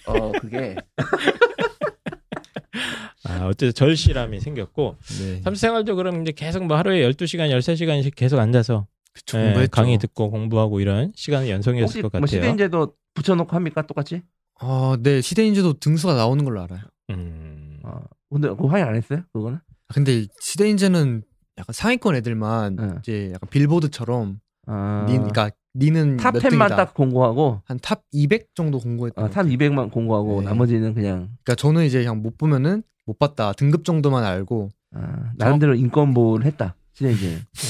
[SPEAKER 2] 어 그게
[SPEAKER 1] 아, 어쨌든 절실함이 생겼고
[SPEAKER 4] 네.
[SPEAKER 1] 삼수생활도 그럼 이제 계속 뭐 하루에 12시간, 13시간씩 계속 앉아서
[SPEAKER 4] 그쵸,
[SPEAKER 1] 예,
[SPEAKER 4] 공부했죠.
[SPEAKER 1] 강의 듣고 공부하고 이런 시간을
[SPEAKER 2] 혹시
[SPEAKER 1] 연속이었을 것
[SPEAKER 2] 뭐
[SPEAKER 1] 같아요.
[SPEAKER 2] 시대인재도 붙여놓고 합니까 똑같이?
[SPEAKER 4] 아, 네 시대인제도 등수가 나오는 걸로 알아요.
[SPEAKER 1] 음.
[SPEAKER 2] 어 근데 그거 확인 안 했어요? 그거는?
[SPEAKER 4] 아, 근데 시대인제는 약간 상위권 애들만
[SPEAKER 2] 네.
[SPEAKER 4] 이제 약간 빌보드처럼
[SPEAKER 2] 아,
[SPEAKER 4] 니, 그러니까 니는 몇 등이다.
[SPEAKER 2] 탑10만 딱 공고하고
[SPEAKER 4] 한탑 200 정도 공부했던.
[SPEAKER 8] 아,
[SPEAKER 2] 어, 탑 200만 공고하고
[SPEAKER 4] 네.
[SPEAKER 2] 나머지는 그냥
[SPEAKER 4] 그러니까 저는 이제 그냥 못 보면은 못 봤다 등급 정도만 알고
[SPEAKER 2] 아, 나름대로 인권보호를 했다. 시대인재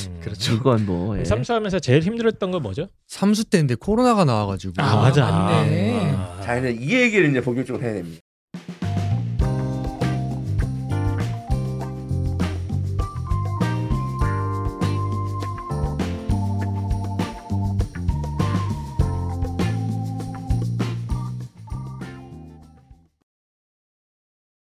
[SPEAKER 1] 음.
[SPEAKER 8] 그렇죠.
[SPEAKER 2] 인권보호.
[SPEAKER 8] 네.
[SPEAKER 2] 예.
[SPEAKER 1] 삼수하면서 제일 힘들었던 거 뭐죠?
[SPEAKER 4] 삼수 때인데 코로나가 나와가지고
[SPEAKER 3] 아, 맞아. 맞네.
[SPEAKER 1] 아.
[SPEAKER 2] 자 이제 이 얘기를 이제 본격적으로 해야 됩니다.